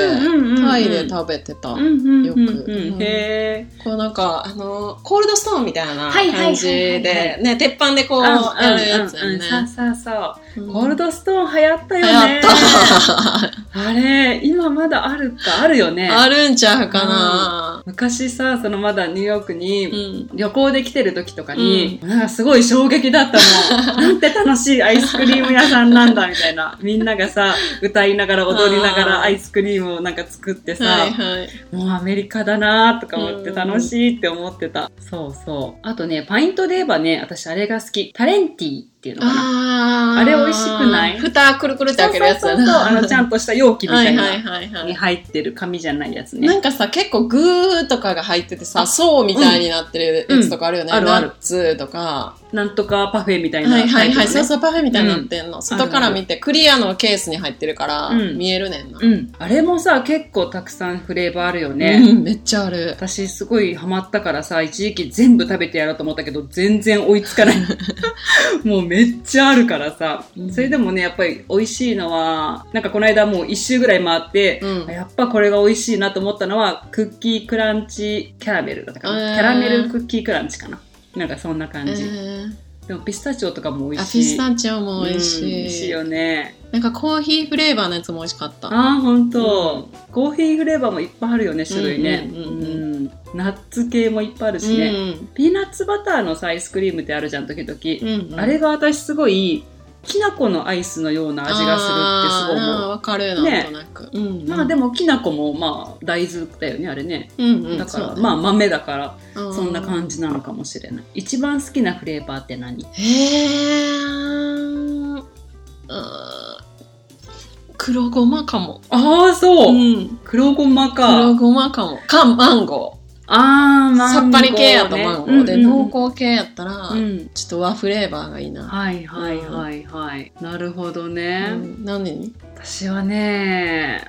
[SPEAKER 2] タイで食べてた。
[SPEAKER 1] うんうん
[SPEAKER 2] よ
[SPEAKER 1] うん
[SPEAKER 2] く
[SPEAKER 1] うん
[SPEAKER 2] うん
[SPEAKER 1] へ
[SPEAKER 2] こうなんか、あの、コールドストーンみたいな
[SPEAKER 1] はいはいはいはいはい
[SPEAKER 2] 感じで、ね、鉄板でこう、
[SPEAKER 1] ー
[SPEAKER 2] やるやつ
[SPEAKER 1] うんう
[SPEAKER 2] よ
[SPEAKER 1] んそう
[SPEAKER 2] ね。
[SPEAKER 1] そうそう
[SPEAKER 2] うん
[SPEAKER 1] ゴールドストーン流行ったよね
[SPEAKER 2] 流行った。
[SPEAKER 1] あれ今まだあるかあるよ *laughs* ね
[SPEAKER 2] あるんちゃうかな。
[SPEAKER 1] 昔さそのまだニューヨークに、
[SPEAKER 2] うん。
[SPEAKER 1] 旅行で来てる時とかに、なんかすごい衝撃だった
[SPEAKER 2] *laughs*
[SPEAKER 1] の。なんて楽しいアイスクリーム屋さんなんだみたいな。みんながさ、歌いながら踊りなが
[SPEAKER 2] あー
[SPEAKER 1] らアイスクリームをなんか作ってさ、
[SPEAKER 2] はいはい。
[SPEAKER 1] もうアメリカだなとか思って
[SPEAKER 2] うん
[SPEAKER 1] 楽しいって思ってた。そうそう。あとね、パイントで言えばね、私あれが好き。タレンティーっていうのかな。
[SPEAKER 2] あ
[SPEAKER 1] あれ美味しくない
[SPEAKER 2] 蓋くるくるって開けるやつ
[SPEAKER 1] そう
[SPEAKER 2] や
[SPEAKER 1] そうそう
[SPEAKER 2] な。
[SPEAKER 1] あのちゃんとした容器みたい
[SPEAKER 2] はい
[SPEAKER 1] な。
[SPEAKER 2] はいはいは
[SPEAKER 1] に
[SPEAKER 2] い。
[SPEAKER 1] 入ってる紙じゃないやつ
[SPEAKER 2] な
[SPEAKER 1] ね。
[SPEAKER 2] んかさ、結構グーとかが入っててさ、層みたいになってるやつとかあるよね。
[SPEAKER 1] うんうんあるある
[SPEAKER 2] ナッツとか。
[SPEAKER 1] なんとかパフェみたいな
[SPEAKER 2] は
[SPEAKER 1] タイ
[SPEAKER 2] い
[SPEAKER 1] プのね。
[SPEAKER 2] はいはい。そうそう、パフェみたいになってんの。
[SPEAKER 1] あ
[SPEAKER 2] 外
[SPEAKER 1] る
[SPEAKER 2] から見て、クリアのケースに入ってるから、
[SPEAKER 1] うん
[SPEAKER 2] 見えるねんな。
[SPEAKER 1] うん。あれもさ、結構たくさんフレーバーあるよね。
[SPEAKER 2] うん、めっちゃある。
[SPEAKER 1] 私すごいハマったからさ、一時期全部食べてやろうと思ったけど、全然追いつか
[SPEAKER 2] *laughs*
[SPEAKER 1] ない。もうめっちゃあるからさ
[SPEAKER 2] う。ん
[SPEAKER 1] それでもね、やっぱり美味しいのは、なんかこの間もう一周ぐらい回って、
[SPEAKER 2] うん
[SPEAKER 1] やっぱこれが美味しいなと思ったのは、クッキークランチキャラメルだったか
[SPEAKER 2] う
[SPEAKER 1] な。
[SPEAKER 2] ん
[SPEAKER 1] キャラメルクッキークランチかな。なんかそんな感じ。
[SPEAKER 2] えー
[SPEAKER 1] でもピスタチオとかも美
[SPEAKER 2] あ
[SPEAKER 1] 味しい。
[SPEAKER 2] ピスタチオも美味し
[SPEAKER 1] うん
[SPEAKER 2] い,、
[SPEAKER 1] 美味しいよね。
[SPEAKER 2] なんかコーヒーフレーバーのやつも美味しかった
[SPEAKER 1] ああ、ほんと。コーヒーフレーバーもいっぱいあるよね、種類ね。
[SPEAKER 2] うんうんうん
[SPEAKER 1] うんナッツ系もいっぱいあるしね。ピーナッツバターのさアイスクリームってあるじゃん時
[SPEAKER 2] う
[SPEAKER 1] 々、
[SPEAKER 2] んうん、
[SPEAKER 1] あれが私すごいきな粉のアイスのような味がするってすごい
[SPEAKER 2] あー
[SPEAKER 1] 思う
[SPEAKER 2] わかるなんとなく、うんうん、
[SPEAKER 1] まあで
[SPEAKER 2] も、
[SPEAKER 1] もきな粉もまあ大豆だよねあれね
[SPEAKER 2] うんうん、
[SPEAKER 1] だから、まあ豆だから
[SPEAKER 2] あ、う
[SPEAKER 1] そんな感じなのかもしれない一番好きなフレーバーって何
[SPEAKER 2] へえーあー黒ごまかも、
[SPEAKER 1] ああそう、
[SPEAKER 2] うん、
[SPEAKER 1] 黒ごま
[SPEAKER 2] 黒
[SPEAKER 1] か
[SPEAKER 2] ごまかもかマンゴ
[SPEAKER 1] あー
[SPEAKER 2] ー
[SPEAKER 1] マンゴー、ね、
[SPEAKER 2] さっぱり系やとマンゴーで、
[SPEAKER 1] うんうんうん
[SPEAKER 2] 濃厚系やったら、
[SPEAKER 1] うん
[SPEAKER 2] ちょっと和フレーバーがいいな、
[SPEAKER 1] はいはいはいはい、なるほど
[SPEAKER 2] う
[SPEAKER 1] ね、
[SPEAKER 2] ん、何
[SPEAKER 1] 私はね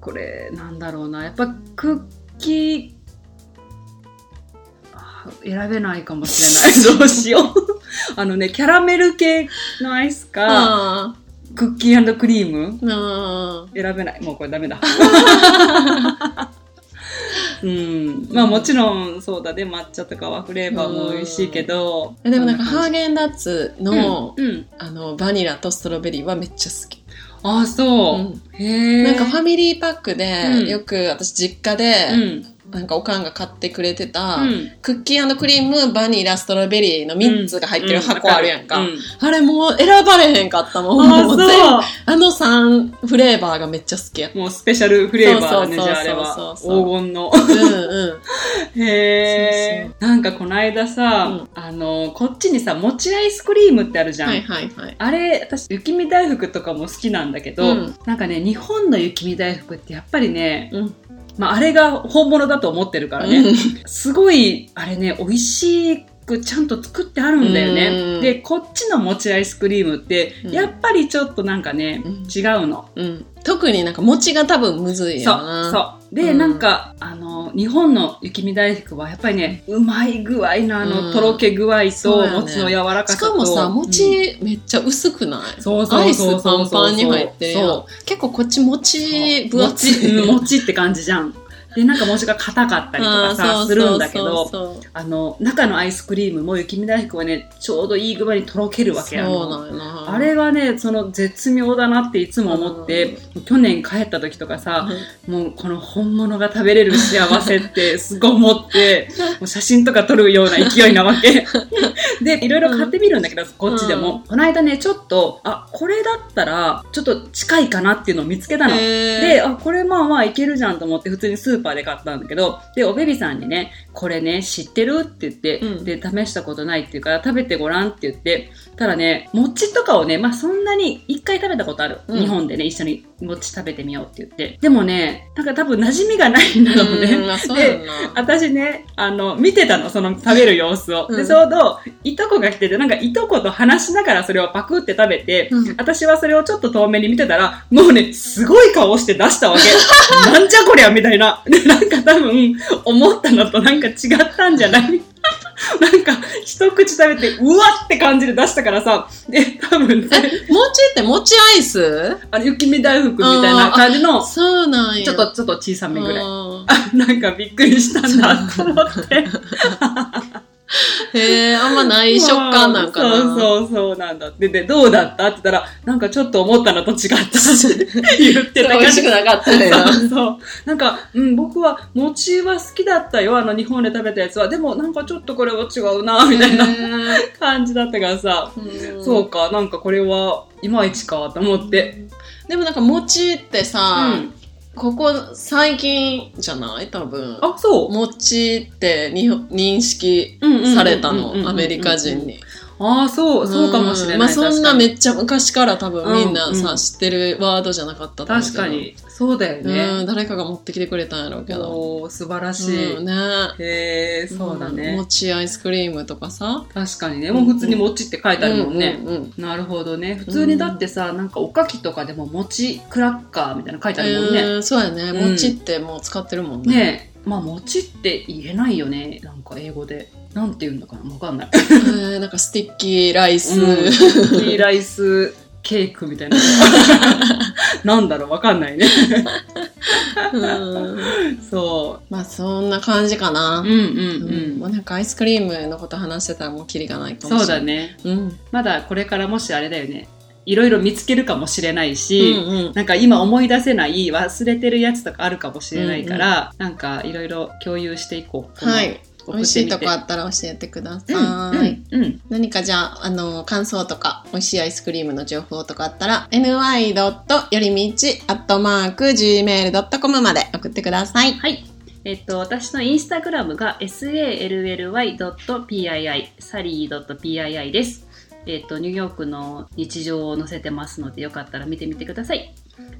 [SPEAKER 1] これなんだろうなやっぱクッキーあ選べないかもし
[SPEAKER 2] *laughs*
[SPEAKER 1] れないどうしようあのねキャラメル系のアイスか
[SPEAKER 2] あー
[SPEAKER 1] クッキークリーム
[SPEAKER 2] あー
[SPEAKER 1] 選べないもうこれダ
[SPEAKER 2] *laughs*
[SPEAKER 1] メだうんまあもちろんそうだね抹茶とかはフレーバーも美味しいけど
[SPEAKER 2] えでもなんか
[SPEAKER 1] そ
[SPEAKER 2] ハー
[SPEAKER 1] な感
[SPEAKER 2] ゲンダッツ
[SPEAKER 1] じ
[SPEAKER 2] の,、
[SPEAKER 1] うんうん
[SPEAKER 2] あのバニラとストロベリーはめっちゃ好き、
[SPEAKER 1] ああそう、
[SPEAKER 2] うん
[SPEAKER 1] へえ
[SPEAKER 2] なんかファミリーパックで、
[SPEAKER 1] うん
[SPEAKER 2] よく私実家で、
[SPEAKER 1] うん
[SPEAKER 2] なんかおかんが買ってくれてた、
[SPEAKER 1] うん
[SPEAKER 2] クッキークリームバニラストロベリーの3つが入ってる箱あるやんか、
[SPEAKER 1] う
[SPEAKER 2] あれもう選ばれへんかったもん
[SPEAKER 1] あ
[SPEAKER 2] も
[SPEAKER 1] そう
[SPEAKER 2] 全部あの3フレーバーがめっちゃ好きや
[SPEAKER 1] もうスペシャルフレーバーだね、じ
[SPEAKER 2] そうそ
[SPEAKER 1] ゃ
[SPEAKER 2] うそうそう
[SPEAKER 1] ああれは。黄金の。 *laughs*
[SPEAKER 2] うんうん
[SPEAKER 1] へ
[SPEAKER 2] そ
[SPEAKER 1] ー。
[SPEAKER 2] う
[SPEAKER 1] なんかこの間さ、あの、こっちにさ、餅アイスクリームってあるじゃん。
[SPEAKER 2] はいはいはい
[SPEAKER 1] あれ、私、雪見大福とかも好きなんだけど、
[SPEAKER 2] うん
[SPEAKER 1] なんかね、日本の雪見大福ってやっぱりね、
[SPEAKER 2] うん
[SPEAKER 1] まあ、あれが本物だと思ってるからね、すごい、あれね、美味しくちゃんと作ってあるんだよ
[SPEAKER 2] う
[SPEAKER 1] ね。
[SPEAKER 2] ん
[SPEAKER 1] で、こっちの餅アイスクリームって、
[SPEAKER 2] うん
[SPEAKER 1] やっぱりちょっとなんかね、
[SPEAKER 2] うん
[SPEAKER 1] 違うの。
[SPEAKER 2] うん、特になんか餅が多分むずいや
[SPEAKER 1] そ
[SPEAKER 2] な
[SPEAKER 1] うそうで、
[SPEAKER 2] うん
[SPEAKER 1] なんかあの日本の雪見大福はやっぱりねうまい具合のあの、
[SPEAKER 2] うん
[SPEAKER 1] とろけ具合と、
[SPEAKER 2] そうやね
[SPEAKER 1] 餅の柔らか
[SPEAKER 2] し
[SPEAKER 1] さと
[SPEAKER 2] かもさ
[SPEAKER 1] うん
[SPEAKER 2] 餅めっちゃ薄くない、
[SPEAKER 1] そうそ
[SPEAKER 2] ア
[SPEAKER 1] う
[SPEAKER 2] イス
[SPEAKER 1] そうそう
[SPEAKER 2] パンパンに入ってるやん
[SPEAKER 1] そ
[SPEAKER 2] 結構こっち
[SPEAKER 1] う
[SPEAKER 2] 餅分厚
[SPEAKER 1] 餅うん
[SPEAKER 2] い。
[SPEAKER 1] 餅って感じじゃんで、なんかもちが硬かったりとか
[SPEAKER 2] *laughs*
[SPEAKER 1] さ、するんだけど、
[SPEAKER 2] そう
[SPEAKER 1] あの、中のアイスクリームも雪見大福はね、ちょうどいい具合にとろけるわけやん。
[SPEAKER 2] そうなんやな
[SPEAKER 1] あれがね、その絶妙だなっていつも思って、去年帰った時とかさ、もうこの本物が食べれる幸せってすごい思って、もう写真とか撮るような勢いなわけ。で、いろいろ買ってみるんだけど、こっちでも。この間ね、ちょっと、あ、これだったら、ちょっと近いかなっていうのを見つけたの。で、
[SPEAKER 2] で
[SPEAKER 1] あ、これまあまあいけるじゃんと思って普通にスーパーで買ったんだけど、で、おべびさんにね、これね、知ってるって言って、
[SPEAKER 2] うん
[SPEAKER 1] で、試したことないっていうから食べてごらんって言って、ただね、餅とかをね、まあそんなに一回食べたことある。
[SPEAKER 2] うん
[SPEAKER 1] 日本でね、一緒に餅食べてみようって言って。でもね、なんか多分馴染みがないんだろうね。
[SPEAKER 2] あそうやんな
[SPEAKER 1] 私ね、あの、見てたの、その食べる様子を。
[SPEAKER 2] う
[SPEAKER 1] で、
[SPEAKER 2] ん
[SPEAKER 1] ちょうど、いとこが来てて、なんかいとこと話しながらそれをパクって食べて、
[SPEAKER 2] うん
[SPEAKER 1] 私はそれをちょっと遠目に見てたら、もうね、すごい顔して出したわ
[SPEAKER 2] *laughs*
[SPEAKER 1] け。なんじゃこりゃみたいな。でなんか多分、思ったのとなんか違ったんじゃない *laughs* なんか、一口食べて、うわって感じで出したからさ、で、多分ね、
[SPEAKER 2] 餅って餅アイス
[SPEAKER 1] あの雪見大福みたいな感じの、
[SPEAKER 2] そうなんや
[SPEAKER 1] ちょっと、ちょっと小さめぐらい。
[SPEAKER 2] うん
[SPEAKER 1] あ、なんかびっくりしたんだと思
[SPEAKER 2] *laughs*
[SPEAKER 1] って。
[SPEAKER 2] へえあんまない食感なんかな
[SPEAKER 1] そうそうそうなんだって。で、どうだったって言ったら、なんかちょっと思ったのと違ったし、
[SPEAKER 2] *laughs*
[SPEAKER 1] 言ってた
[SPEAKER 2] 美味しくなかったね
[SPEAKER 1] *laughs* そうそう。なんか、うん、僕は餅は好きだったよ。あの、日本で食べたやつは。でも、なんかちょっとこれは違うな、みたいな
[SPEAKER 2] へ
[SPEAKER 1] 感じだったからさ。
[SPEAKER 2] ーうん
[SPEAKER 1] そうか、なんかこれは、いまいちか、と思って。
[SPEAKER 2] でもなんか餅って
[SPEAKER 1] う
[SPEAKER 2] さ、
[SPEAKER 1] ん。
[SPEAKER 2] ここ最近じゃない多分
[SPEAKER 1] あ、そう。
[SPEAKER 2] 餅ってに認識
[SPEAKER 1] うんうんうんうん
[SPEAKER 2] されたのアメリカ人。に
[SPEAKER 1] ああ、そう、そうかもしれない。
[SPEAKER 2] まあ、そんな
[SPEAKER 1] 確かに
[SPEAKER 2] めっちゃ昔から多分みんなさ、
[SPEAKER 1] うんうん
[SPEAKER 2] 知ってるワードじゃなかったと思うけ
[SPEAKER 1] 確
[SPEAKER 2] ど
[SPEAKER 1] かに。そうだよ
[SPEAKER 2] うん、
[SPEAKER 1] ね。
[SPEAKER 2] 誰かが持ってきてくれたんやろうけど
[SPEAKER 1] おー素晴らしい。
[SPEAKER 2] うんね
[SPEAKER 1] へえ、そうだ
[SPEAKER 2] ん
[SPEAKER 1] ね。
[SPEAKER 2] 餅アイスクリームとかさ
[SPEAKER 1] 確かにね。もう普通に餅って書いてあるもんね。
[SPEAKER 2] うんうんうん
[SPEAKER 1] なるほどね。普通にだってさ、なんかおかきとかでも餅クラッカーみたいなの書いてあるもんね。
[SPEAKER 2] うんそうやね
[SPEAKER 1] うん
[SPEAKER 2] 餅ってもう使ってるもんね
[SPEAKER 1] ねえ。まあ餅って言えないよね。なんか英語で。なんて言うんだかなわかんない。
[SPEAKER 2] えーなんかスティッキーライス、
[SPEAKER 1] うんティーライスケークみた
[SPEAKER 2] *laughs*
[SPEAKER 1] いな。なんだろうわかんないね。
[SPEAKER 2] うん
[SPEAKER 1] そ
[SPEAKER 2] まあそんな感じかな
[SPEAKER 1] う。うんうん
[SPEAKER 2] も
[SPEAKER 1] う。
[SPEAKER 2] うんなんかアイスクリームのこと話してたらもうキリがないかも
[SPEAKER 1] そう
[SPEAKER 2] しれ
[SPEAKER 1] だ
[SPEAKER 2] ない。
[SPEAKER 1] ね。
[SPEAKER 2] そうだね。
[SPEAKER 1] まだこれからもしあれだよね。いろいろ見つけるかもしれないし、
[SPEAKER 2] うん。うんうん。
[SPEAKER 1] なんか今思い出せない忘れてるやつとかあるかもしれないから、なんかいろいろ共有していこう。
[SPEAKER 2] はい。
[SPEAKER 1] こ
[SPEAKER 2] 美
[SPEAKER 1] の。送
[SPEAKER 2] 味
[SPEAKER 1] っ
[SPEAKER 2] してい
[SPEAKER 1] みて
[SPEAKER 2] とこあったら教えてくださ
[SPEAKER 1] う
[SPEAKER 2] い。
[SPEAKER 1] んうんうん。
[SPEAKER 2] 何かじゃあ、あの、感想とか、美味しいアイスクリームの情報とかあったら、ny. よりみち、アットマーク、gmail.com まで送ってください。
[SPEAKER 1] はい。えっと、私のインスタグラムが sally.pii、sally.pii です。えっと、ニューヨークの日常を載せてますので、よかったら見てみてください。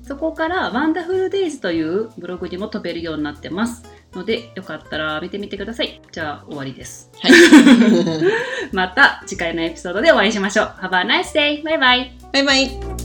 [SPEAKER 1] そこから、ワンダフルデイズというブログにも飛べるようになってますので、よかったら見てみてください。じゃあ、終わりです。
[SPEAKER 2] はい。
[SPEAKER 1] また次回のエピソードでお会いしましょう。Have a nice day! バイバイ
[SPEAKER 2] バイバイ。